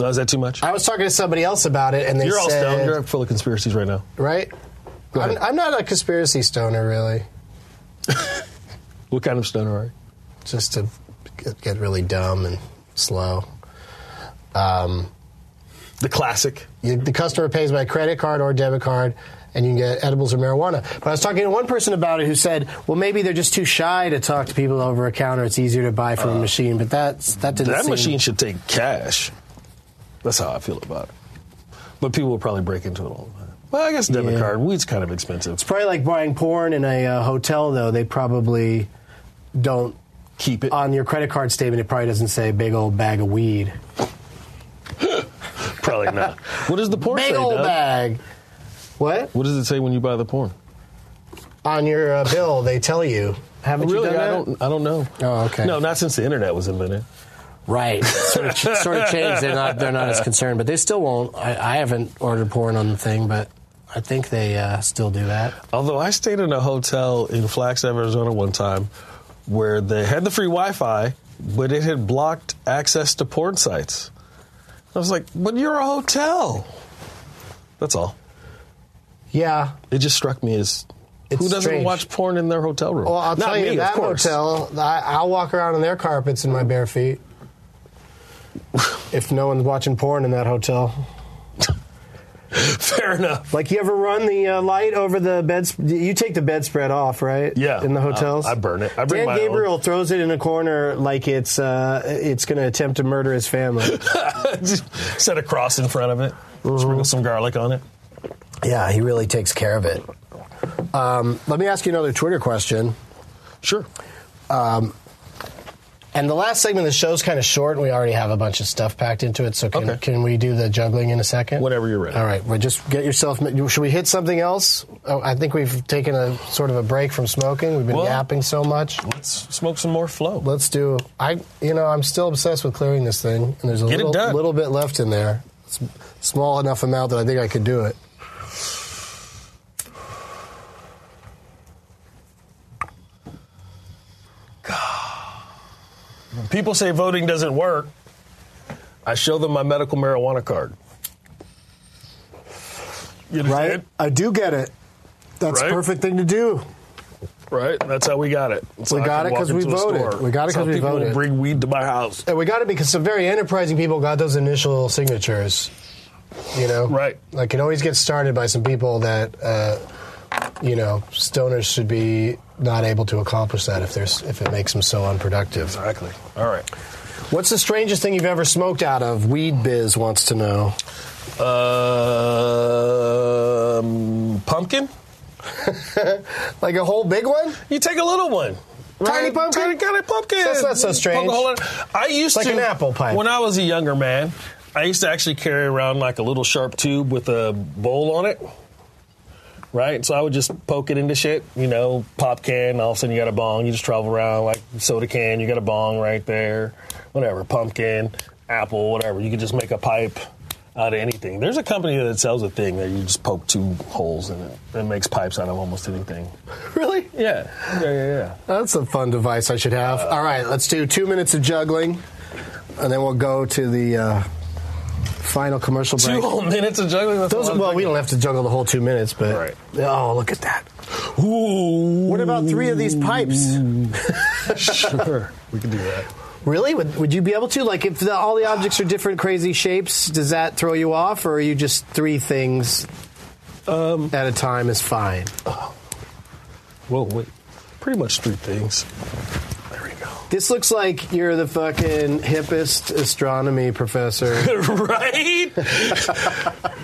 [SPEAKER 3] No, is that too much?
[SPEAKER 2] I was talking to somebody else about it, and they
[SPEAKER 3] You're all
[SPEAKER 2] said,
[SPEAKER 3] stoned. You're full of conspiracies right now.
[SPEAKER 2] right?
[SPEAKER 3] ahead.
[SPEAKER 2] I'm, I'm not a conspiracy stoner, really.
[SPEAKER 3] What kind of stoner are you?
[SPEAKER 2] Just to get, get really dumb and slow. Um,
[SPEAKER 3] The classic.
[SPEAKER 2] you, the customer pays by credit card or debit card, and you can get edibles or marijuana. But I was talking to one person about it who said, "Well, maybe they're just too shy to talk to people over a counter. It's easier to buy from a machine." But that's that didn't.
[SPEAKER 3] Uh, That
[SPEAKER 2] seem-
[SPEAKER 3] machine should take cash. That's how I feel about it. But people will probably break into it all the time. Well, I guess debit
[SPEAKER 2] Yeah.
[SPEAKER 3] card. Weed's kind of expensive.
[SPEAKER 2] It's probably like buying porn in a uh, hotel, though. They probably don't.
[SPEAKER 3] Keep it.
[SPEAKER 2] On your credit card statement, it probably doesn't say big old bag of weed.
[SPEAKER 3] probably not. What does the porn
[SPEAKER 2] Big
[SPEAKER 3] say,
[SPEAKER 2] old
[SPEAKER 3] Doug?
[SPEAKER 2] bag. What?
[SPEAKER 3] What does it say when you buy the porn?
[SPEAKER 2] on your uh, bill, they tell you. Haven't
[SPEAKER 3] really,
[SPEAKER 2] you done
[SPEAKER 3] I
[SPEAKER 2] that?
[SPEAKER 3] don't. I don't know.
[SPEAKER 2] Oh, okay.
[SPEAKER 3] No, not since the internet was invented.
[SPEAKER 2] Right. sort, of, sort of changed. They're not. They're not as concerned, but they still won't. I, I haven't ordered porn on the thing, but I think they uh, still do that.
[SPEAKER 3] Although I stayed in a hotel in Flagstaff, Arizona, one time, where they had the free Wi-Fi, but it had blocked access to porn sites. I was like, "But you're a hotel." That's all.
[SPEAKER 2] Yeah.
[SPEAKER 3] It just struck me as
[SPEAKER 2] It's
[SPEAKER 3] who doesn't
[SPEAKER 2] strange.
[SPEAKER 3] watch porn in their hotel room?
[SPEAKER 2] Well, I'll
[SPEAKER 3] Not
[SPEAKER 2] tell you
[SPEAKER 3] me,
[SPEAKER 2] that
[SPEAKER 3] of course.
[SPEAKER 2] hotel. I, I'll walk around in their carpets in my bare feet. if no one's watching porn in that hotel,
[SPEAKER 3] Fair enough.
[SPEAKER 2] like you ever run the uh, light over the beds, you take the bedspread off, right?
[SPEAKER 3] Yeah.
[SPEAKER 2] In the hotels,
[SPEAKER 3] I- I burn it. I bring
[SPEAKER 2] Dan
[SPEAKER 3] my
[SPEAKER 2] Gabriel throws it in a corner like it's uh, it's going to attempt to murder his family.
[SPEAKER 3] Just Set a cross in front of it.
[SPEAKER 2] Mm-hmm.
[SPEAKER 3] Sprinkle some garlic on it.
[SPEAKER 2] Yeah, he really takes care of it. Um, let me ask you another Twitter question. Um,
[SPEAKER 3] Sure.
[SPEAKER 2] And the last segment of the show's kind of short. We already have a bunch of stuff packed into it, so can,
[SPEAKER 3] Okay.
[SPEAKER 2] can we do the juggling in a second?
[SPEAKER 3] Whenever you're ready.
[SPEAKER 2] All right, well, just get yourself. Should we hit something else? Oh, I think we've taken a sort of a break from smoking. We've been
[SPEAKER 3] Well-
[SPEAKER 2] yapping so much.
[SPEAKER 3] Let's smoke some more flow.
[SPEAKER 2] Let's do. I, you know, I'm still obsessed with clearing this thing, and there's a
[SPEAKER 3] Get it
[SPEAKER 2] little,
[SPEAKER 3] done.
[SPEAKER 2] little bit left in there. It's a small enough amount that I think I could do it.
[SPEAKER 3] People say voting doesn't work. I show them my medical marijuana card. You understand?
[SPEAKER 2] I do get it. That's
[SPEAKER 3] Right?
[SPEAKER 2] the perfect thing to do.
[SPEAKER 3] Right? That's how we got it. So
[SPEAKER 2] We
[SPEAKER 3] I
[SPEAKER 2] got
[SPEAKER 3] can
[SPEAKER 2] it
[SPEAKER 3] walk
[SPEAKER 2] 'cause we
[SPEAKER 3] into a
[SPEAKER 2] voted.
[SPEAKER 3] store.
[SPEAKER 2] We got it
[SPEAKER 3] That's how
[SPEAKER 2] 'cause we
[SPEAKER 3] people
[SPEAKER 2] voted.
[SPEAKER 3] bring weed to my house.
[SPEAKER 2] And we got it because some very enterprising people got those initial signatures. You know,
[SPEAKER 3] Right.
[SPEAKER 2] Like it always gets started by some people that, uh, you know, stoners should be not able to accomplish that if there's if it makes them so unproductive.
[SPEAKER 3] Exactly. All right.
[SPEAKER 2] What's the strangest thing you've ever smoked out of? Weed Biz wants to know.
[SPEAKER 3] Um, pumpkin? Um,
[SPEAKER 2] Like a whole big one?
[SPEAKER 3] You take a little one. Tiny
[SPEAKER 2] Right.
[SPEAKER 3] pumpkin, tiny, pumpkin.
[SPEAKER 2] So it's not so strange.
[SPEAKER 3] Poke a hole in- I used
[SPEAKER 2] It's
[SPEAKER 3] to
[SPEAKER 2] like an apple pie.
[SPEAKER 3] when I was a younger man. I used to actually carry around like a little sharp tube with a bowl on it. Right, so I would just poke it into shit, you know, pop can. All of a sudden, you got a bong. You just travel around like soda can. You got a bong right there, whatever. Pumpkin, apple, whatever. You can just make a pipe out of anything. There's a company that sells a thing that you just poke two holes in it and makes pipes out of almost anything.
[SPEAKER 2] Really?
[SPEAKER 3] Yeah, yeah, yeah. yeah.
[SPEAKER 2] That's a fun device I should have. All right, let's do two minutes of juggling, and then we'll go to the uh, final commercial
[SPEAKER 3] Two
[SPEAKER 2] break.
[SPEAKER 3] whole minutes of juggling. That's
[SPEAKER 2] Those,
[SPEAKER 3] a lot of
[SPEAKER 2] well, we
[SPEAKER 3] juggling.
[SPEAKER 2] don't have to juggle the whole two minutes, but
[SPEAKER 3] Right.
[SPEAKER 2] oh, look at that!
[SPEAKER 3] Ooh.
[SPEAKER 2] What about three of these pipes?
[SPEAKER 3] sure, we can do that.
[SPEAKER 4] Really? Would, would you be able to? Like, if the, all the objects are different crazy shapes, does that throw you off, or are you just three things
[SPEAKER 3] Um,
[SPEAKER 4] at a time is fine?
[SPEAKER 3] Whoa, wait. Pretty much three things. There we
[SPEAKER 4] This looks like you're the fucking hippest astronomy professor.
[SPEAKER 3] go. right?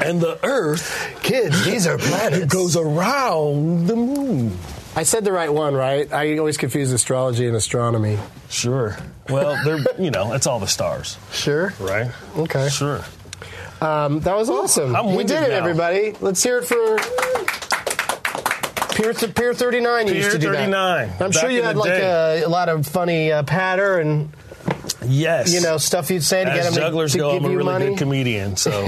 [SPEAKER 3] and the Earth
[SPEAKER 2] Kids, these are planets.
[SPEAKER 3] goes around the moon.
[SPEAKER 2] I said the right one, right? I always confuse astrology and astronomy.
[SPEAKER 3] Sure. Well, they're you know, it's all the stars,
[SPEAKER 2] Sure.
[SPEAKER 3] right?
[SPEAKER 2] Okay.
[SPEAKER 3] Sure.
[SPEAKER 2] Um, that was awesome.
[SPEAKER 3] I'm
[SPEAKER 2] we did
[SPEAKER 3] winded
[SPEAKER 2] it,
[SPEAKER 3] now.
[SPEAKER 2] everybody. Let's hear it for Pier, th- Pier 39
[SPEAKER 3] Pier
[SPEAKER 2] used to do that.
[SPEAKER 3] 39,
[SPEAKER 2] I'm sure
[SPEAKER 3] back
[SPEAKER 2] you
[SPEAKER 3] in
[SPEAKER 2] had
[SPEAKER 3] the
[SPEAKER 2] like
[SPEAKER 3] day.
[SPEAKER 2] a, a lot of funny uh, patter and
[SPEAKER 3] Yes.
[SPEAKER 2] you know stuff you'd say to
[SPEAKER 3] As
[SPEAKER 2] get them to,
[SPEAKER 3] jugglers
[SPEAKER 2] to
[SPEAKER 3] go,
[SPEAKER 2] give
[SPEAKER 3] I'm a
[SPEAKER 2] you
[SPEAKER 3] really
[SPEAKER 2] money.
[SPEAKER 3] good comedian. So,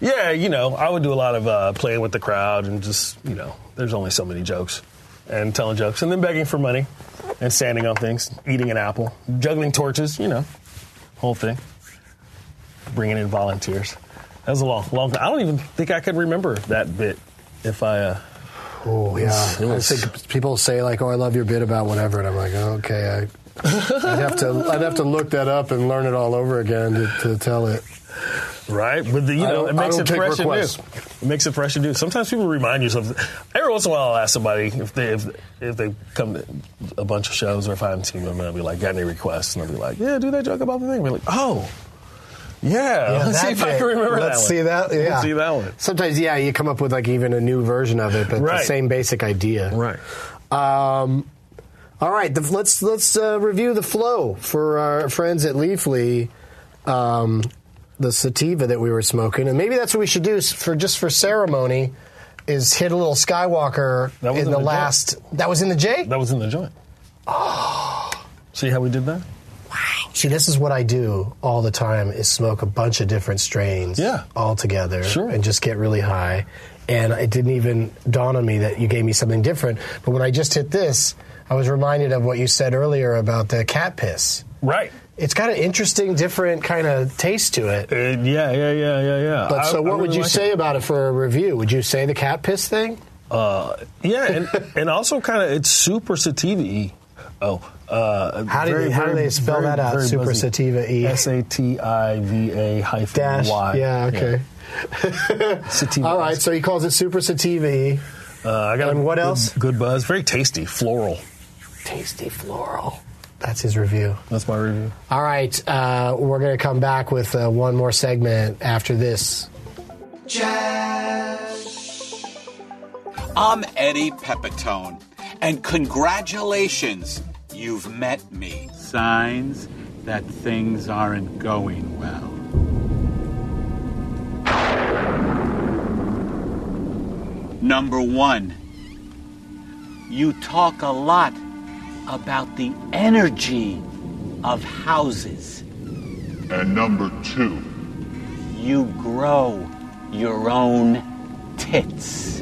[SPEAKER 3] yeah, you know, I would do a lot of uh, playing with the crowd and just, you know, there's only so many jokes and telling jokes and then begging for money and standing on things, eating an apple, juggling torches, you know, whole thing, bringing in volunteers. That was a long, long time. I don't even think I could remember that bit if I. Uh,
[SPEAKER 2] Oh yeah,
[SPEAKER 3] It was-
[SPEAKER 2] I think people say like, "Oh, I love your bit about whatever," and I'm like, oh, "Okay, I, I'd have to, I'd have to look that up and learn it all over again to, to tell it."
[SPEAKER 3] Right, but the, you
[SPEAKER 2] I
[SPEAKER 3] know
[SPEAKER 2] don't-
[SPEAKER 3] it
[SPEAKER 2] I
[SPEAKER 3] makes
[SPEAKER 2] don't
[SPEAKER 3] it
[SPEAKER 2] take
[SPEAKER 3] fresh and new.
[SPEAKER 2] requests.
[SPEAKER 3] It makes it fresh and new. Sometimes people remind you something. Every once in a while, I'll ask somebody if they if, if they come to a bunch of shows or if I haven't seen them, and I'll be like, "Got any requests?" And they'll be like, "Yeah, do that joke about the thing." We're like, "Oh, yeah." Let's Oh, see
[SPEAKER 2] that
[SPEAKER 3] if I
[SPEAKER 2] bit.
[SPEAKER 3] can remember
[SPEAKER 2] Let's
[SPEAKER 3] that.
[SPEAKER 2] see
[SPEAKER 3] one.
[SPEAKER 2] that. Yeah,
[SPEAKER 3] Let's see that one.
[SPEAKER 2] Sometimes, yeah, you come up with like even a new version of it, but the
[SPEAKER 3] Right.
[SPEAKER 2] same basic idea.
[SPEAKER 3] Right.
[SPEAKER 2] Um, all right, the, let's let's uh, review the flow for our friends at Leafly. Um, the sativa that we were smoking, and maybe that's what we should do s- for just for ceremony. Is hit a little Skywalker
[SPEAKER 3] That was
[SPEAKER 2] in
[SPEAKER 3] in
[SPEAKER 2] the
[SPEAKER 3] the J.
[SPEAKER 2] last? That was in the J.
[SPEAKER 3] That was in the joint.
[SPEAKER 2] Ah.
[SPEAKER 3] See how we did that?
[SPEAKER 2] See, this is what I do all the time: is smoke a bunch of different strains,
[SPEAKER 3] Yeah.
[SPEAKER 2] all together,
[SPEAKER 3] Sure.
[SPEAKER 2] and just get really high. And it didn't even dawn on me that you gave me something different. But when I just hit this, I was reminded of what you said earlier about the cat piss.
[SPEAKER 3] Right.
[SPEAKER 2] It's got an interesting, different kind of taste to it.
[SPEAKER 3] Uh, yeah, yeah, yeah, yeah, yeah.
[SPEAKER 2] But
[SPEAKER 3] I-
[SPEAKER 2] so,
[SPEAKER 3] I
[SPEAKER 2] what would
[SPEAKER 3] really
[SPEAKER 2] you
[SPEAKER 3] like it.
[SPEAKER 2] say about it for a review? Would you say the cat piss thing?
[SPEAKER 3] Uh, yeah, and, and also kind of it's super sativa. Oh, uh,
[SPEAKER 2] How do they- how do they spell that out, super sativa-y?
[SPEAKER 3] S a t i v a hyphen
[SPEAKER 2] Dash.
[SPEAKER 3] y.
[SPEAKER 2] Yeah. Okay.
[SPEAKER 3] Sativa.
[SPEAKER 2] All right. So he calls it super sativa.
[SPEAKER 3] Uh, I got a
[SPEAKER 2] And what
[SPEAKER 3] good-
[SPEAKER 2] else?
[SPEAKER 3] Good buzz. Very tasty. Floral.
[SPEAKER 2] Tasty floral. That's his review.
[SPEAKER 3] That's my review.
[SPEAKER 2] All right, uh, we're going to come back with uh, one more segment after this.
[SPEAKER 9] I'm Eddie Pepitone, and congratulations, you've met me. Signs that things aren't going well. Number one, you talk a lot about the energy of houses.
[SPEAKER 10] And number two.
[SPEAKER 9] You grow your own tits.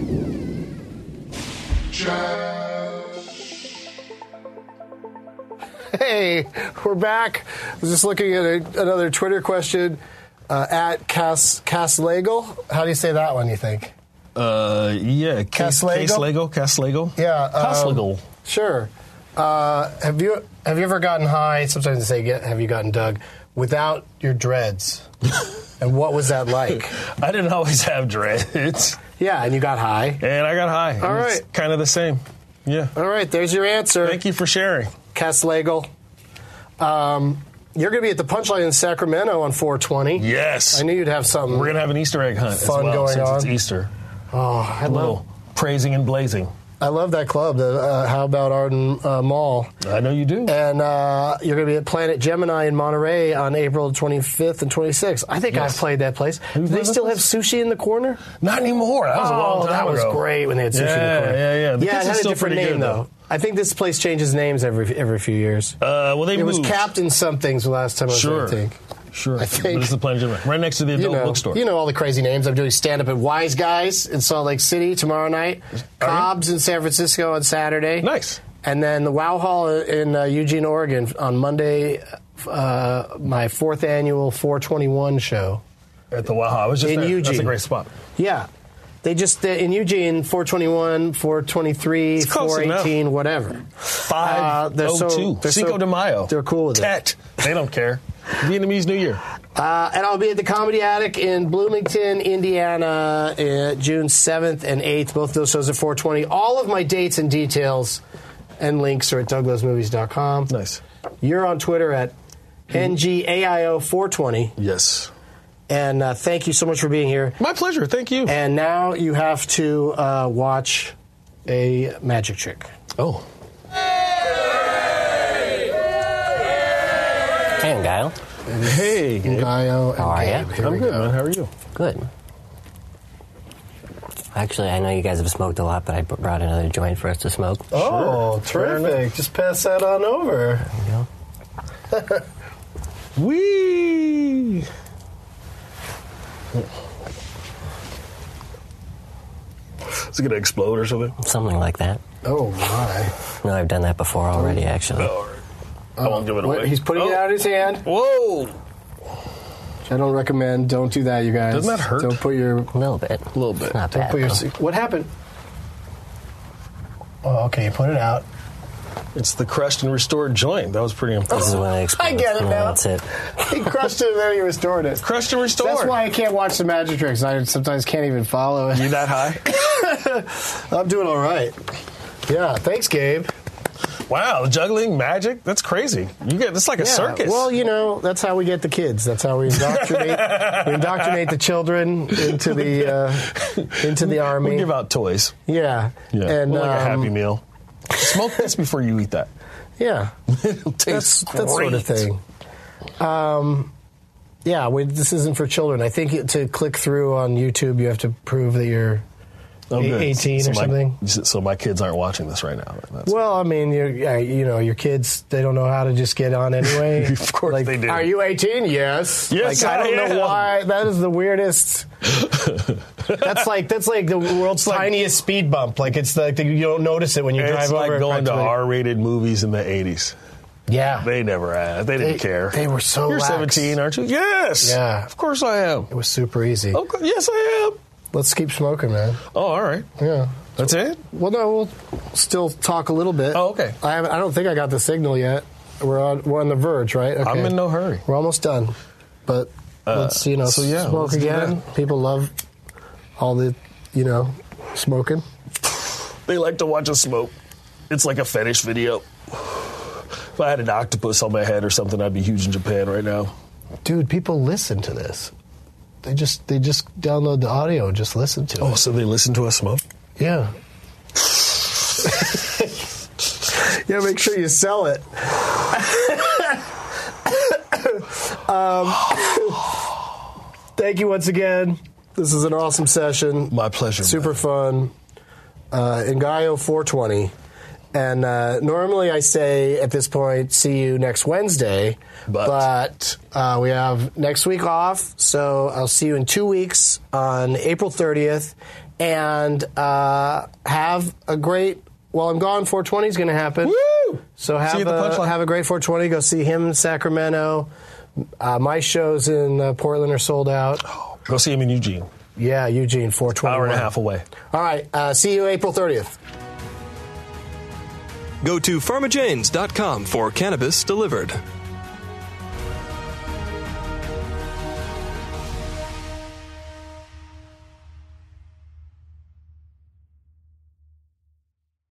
[SPEAKER 2] Hey, we're back. I was just looking at a, another Twitter question uh, at Cas Caslegal. How do you say that one? You think?
[SPEAKER 3] Uh, yeah. Cas-
[SPEAKER 2] Caslego?
[SPEAKER 3] Caslego. Caslego.
[SPEAKER 2] Yeah, um,
[SPEAKER 3] Caslego.
[SPEAKER 2] Sure. Uh, have you have you ever gotten high? Sometimes they say, get, "Have you gotten Doug?" Without your dreads, and what was that like?
[SPEAKER 3] I didn't always have dreads,
[SPEAKER 2] Yeah, and you got high.
[SPEAKER 3] and I got high.
[SPEAKER 2] All
[SPEAKER 3] It's
[SPEAKER 2] right.
[SPEAKER 3] Kind of the same. Yeah.
[SPEAKER 2] All right, there's your answer.
[SPEAKER 3] Thank you for sharing.
[SPEAKER 2] Caslegal. Um, you're going to be at the Punchline in Sacramento on 420.
[SPEAKER 3] Yes.
[SPEAKER 2] I knew you'd have something.
[SPEAKER 3] We're gonna have an Easter egg hunt as
[SPEAKER 2] Fun
[SPEAKER 3] well
[SPEAKER 2] going
[SPEAKER 3] since it's
[SPEAKER 2] on.
[SPEAKER 3] Easter.
[SPEAKER 2] Oh, I
[SPEAKER 3] A little praising and blazing.
[SPEAKER 2] I love that club. The uh, How About Arden uh, Mall.
[SPEAKER 3] I know you do.
[SPEAKER 2] And uh, you're going to be at Planet Gemini in Monterey on April 25th and 26th. I think I've played that place. Do they
[SPEAKER 3] played that
[SPEAKER 2] still have
[SPEAKER 3] place?
[SPEAKER 2] sushi in the corner?
[SPEAKER 3] Not anymore. That was a long
[SPEAKER 2] oh,
[SPEAKER 3] time
[SPEAKER 2] that was
[SPEAKER 3] ago.
[SPEAKER 2] great when they had sushi in
[SPEAKER 3] Yeah,
[SPEAKER 2] the corner.
[SPEAKER 3] yeah, yeah. The
[SPEAKER 2] yeah, it
[SPEAKER 3] kitchen's
[SPEAKER 2] had a
[SPEAKER 3] still
[SPEAKER 2] different
[SPEAKER 3] pretty
[SPEAKER 2] name,
[SPEAKER 3] good,
[SPEAKER 2] though.
[SPEAKER 3] though.
[SPEAKER 2] I think this place changes names every every few years.
[SPEAKER 3] Uh, well, they
[SPEAKER 2] it was
[SPEAKER 3] moved.
[SPEAKER 2] Captain something's the last time I was there,
[SPEAKER 3] Sure.
[SPEAKER 2] I think.
[SPEAKER 3] Sure.
[SPEAKER 2] I think-
[SPEAKER 3] But it's the Planet Gemini. Right next to the adult
[SPEAKER 2] you know,
[SPEAKER 3] bookstore.
[SPEAKER 2] You know all the crazy names. I'm doing stand up at Wise Guys in Salt Lake City tomorrow night. Cobb's in San Francisco on Saturday.
[SPEAKER 3] Nice.
[SPEAKER 2] And then the Wow Hall in uh, Eugene, Oregon on Monday. Uh, my fourth annual 421 show.
[SPEAKER 3] At the Waha. I was just
[SPEAKER 2] In
[SPEAKER 3] there. That's a
[SPEAKER 2] Eugene.
[SPEAKER 3] great spot.
[SPEAKER 2] Yeah. They just they, in Eugene 421, 423,
[SPEAKER 3] It's close
[SPEAKER 2] 418, whatever. Uh,
[SPEAKER 3] Five
[SPEAKER 2] they're
[SPEAKER 3] oh
[SPEAKER 2] so-
[SPEAKER 3] two.
[SPEAKER 2] they're so-
[SPEAKER 3] Cinco de Mayo.
[SPEAKER 2] they're cool with it.
[SPEAKER 3] Tet. They don't care. Vietnamese New Year.
[SPEAKER 2] Uh, and I'll be at the Comedy Attic in Bloomington, Indiana, uh, June 7th and 8th. Both of those shows at 420. All of my dates and details and links are at douglasmovies.com.
[SPEAKER 3] Nice.
[SPEAKER 2] You're on Twitter at NGAIO420.
[SPEAKER 3] Yes.
[SPEAKER 2] And uh, thank you so much for being here.
[SPEAKER 3] My pleasure. Thank you.
[SPEAKER 2] And now you have to uh, watch a magic trick.
[SPEAKER 3] oh.
[SPEAKER 11] Hey, Guile.
[SPEAKER 3] Hey.
[SPEAKER 2] Gaio and
[SPEAKER 11] How are
[SPEAKER 2] Gabe.
[SPEAKER 11] ya?
[SPEAKER 2] Here
[SPEAKER 3] I'm
[SPEAKER 2] we
[SPEAKER 3] good,
[SPEAKER 2] go.
[SPEAKER 3] man. How are you?
[SPEAKER 11] Good. Actually, I know you guys have smoked a lot, but I br- brought another joint for us to smoke.
[SPEAKER 2] Oh,
[SPEAKER 3] Sure.
[SPEAKER 2] terrific. Just pass that on over.
[SPEAKER 3] Wee. Is it gonna explode or something?
[SPEAKER 11] Something like that.
[SPEAKER 2] Oh, my.
[SPEAKER 11] No, I've done that before already, actually.
[SPEAKER 2] Oh.
[SPEAKER 3] I won't give it away.
[SPEAKER 2] Wait, he's putting
[SPEAKER 3] Oh.
[SPEAKER 2] it out of his hand.
[SPEAKER 3] Whoa!
[SPEAKER 2] I don't recommend. Don't do that, you guys.
[SPEAKER 3] Doesn't that hurt?
[SPEAKER 2] Don't put your.
[SPEAKER 11] A little bit. A
[SPEAKER 3] little bit.
[SPEAKER 11] Not
[SPEAKER 2] Don't
[SPEAKER 11] bad.
[SPEAKER 2] put your.
[SPEAKER 11] though.
[SPEAKER 2] What happened? Oh, okay. You put it out.
[SPEAKER 3] It's the crushed and restored joint. That was pretty
[SPEAKER 11] This is
[SPEAKER 3] impressive.
[SPEAKER 11] when it
[SPEAKER 2] I
[SPEAKER 11] explodes.
[SPEAKER 2] get it
[SPEAKER 11] No,
[SPEAKER 2] now.
[SPEAKER 11] That's it.
[SPEAKER 2] He crushed it and then he restored it.
[SPEAKER 3] crushed and restored.
[SPEAKER 2] That's why I can't watch the magic tricks. I sometimes can't even follow it.
[SPEAKER 3] You that high?
[SPEAKER 2] I'm doing all right. Yeah. Thanks, Gabe.
[SPEAKER 3] wow, juggling magic. That's crazy. You get it's like a
[SPEAKER 2] Yeah,
[SPEAKER 3] circus.
[SPEAKER 2] Well, you know, that's how we get the kids. That's how we indoctrinate. we indoctrinate the children into the uh, into the army.
[SPEAKER 3] we give out toys.
[SPEAKER 2] Yeah.
[SPEAKER 3] Yeah,
[SPEAKER 2] And
[SPEAKER 3] We're like a
[SPEAKER 2] um,
[SPEAKER 3] Happy Meal. Smoke this before you eat that.
[SPEAKER 2] Yeah.
[SPEAKER 3] It'll
[SPEAKER 2] That's
[SPEAKER 3] taste
[SPEAKER 2] that sort of
[SPEAKER 3] great.
[SPEAKER 2] thing. Um, yeah, we, this isn't for children. I think it- to click through on YouTube, you have to prove that you're.
[SPEAKER 3] Oh, good.
[SPEAKER 2] 18 or
[SPEAKER 3] my-
[SPEAKER 2] something.
[SPEAKER 3] So my kids aren't watching this right now. That's-
[SPEAKER 2] Well, I mean, you're, yeah, you know, your kids they don't know how to just get on anyway.
[SPEAKER 3] Of course
[SPEAKER 2] Like,
[SPEAKER 3] they do.
[SPEAKER 2] Are you 18? Yes.
[SPEAKER 3] Yes,
[SPEAKER 2] Like, I
[SPEAKER 3] I
[SPEAKER 2] don't
[SPEAKER 3] am.
[SPEAKER 2] know why. That is the weirdest. that's like that's like the world's
[SPEAKER 3] like-
[SPEAKER 2] tiniest speed bump. Like it's like the, you don't notice it when you
[SPEAKER 3] it's
[SPEAKER 2] drive
[SPEAKER 3] like
[SPEAKER 2] over. it
[SPEAKER 3] going to
[SPEAKER 2] practically.
[SPEAKER 3] R-rated movies in the '80s.
[SPEAKER 2] Yeah.
[SPEAKER 3] They never asked. They didn't
[SPEAKER 2] They-
[SPEAKER 3] care.
[SPEAKER 2] they were so
[SPEAKER 3] You're
[SPEAKER 2] lax.
[SPEAKER 3] 17, aren't you? Yes.
[SPEAKER 2] Yeah.
[SPEAKER 3] Of course I am.
[SPEAKER 2] it was super easy.
[SPEAKER 3] Okay. Yes, I am.
[SPEAKER 2] Let's keep smoking, man.
[SPEAKER 3] Oh, all right.
[SPEAKER 2] Yeah.
[SPEAKER 3] That's it.
[SPEAKER 2] Well, no, we'll still talk a little bit.
[SPEAKER 3] Oh, okay.
[SPEAKER 2] I, haven't, I don't think I got the signal yet. We're on we're on the verge, right? Okay.
[SPEAKER 3] I'm in no hurry. Uh,
[SPEAKER 2] We're almost done, but let's you know
[SPEAKER 3] so yeah,
[SPEAKER 2] smoke
[SPEAKER 3] let's do
[SPEAKER 2] again. People love all the you know smoking.
[SPEAKER 3] They like to watch us smoke. It's like a fetish video. If I had an octopus on my head or something, I'd be huge in Japan right now.
[SPEAKER 2] Dude, people listen to this. They just they just download the audio, and just listen to
[SPEAKER 3] Oh,
[SPEAKER 2] it.
[SPEAKER 3] so they listen to us smoke?
[SPEAKER 2] Yeah. yeah, make sure you sell it. um, thank you once again. This is an awesome session.
[SPEAKER 3] My pleasure.
[SPEAKER 2] Super fun. Uh, Ngayo 420. And uh, normally I say at this point, see you next Wednesday.
[SPEAKER 3] But-
[SPEAKER 2] But, uh, we have next week off. So I'll see you in two weeks on April 30th. And uh, have a great. While I'm gone, 420 is going to happen.
[SPEAKER 3] Woo!
[SPEAKER 2] So
[SPEAKER 3] See
[SPEAKER 2] have
[SPEAKER 3] you at the
[SPEAKER 2] a,
[SPEAKER 3] punchline.
[SPEAKER 2] have a great 420. Go see him in Sacramento. Uh, my shows in uh, Portland are sold out.
[SPEAKER 3] Go see him in Eugene.
[SPEAKER 2] Yeah, Eugene, 420.
[SPEAKER 3] Hour and a half away.
[SPEAKER 2] All right. Uh, see you April 30th.
[SPEAKER 1] Go to pharmajanes.com for cannabis delivered.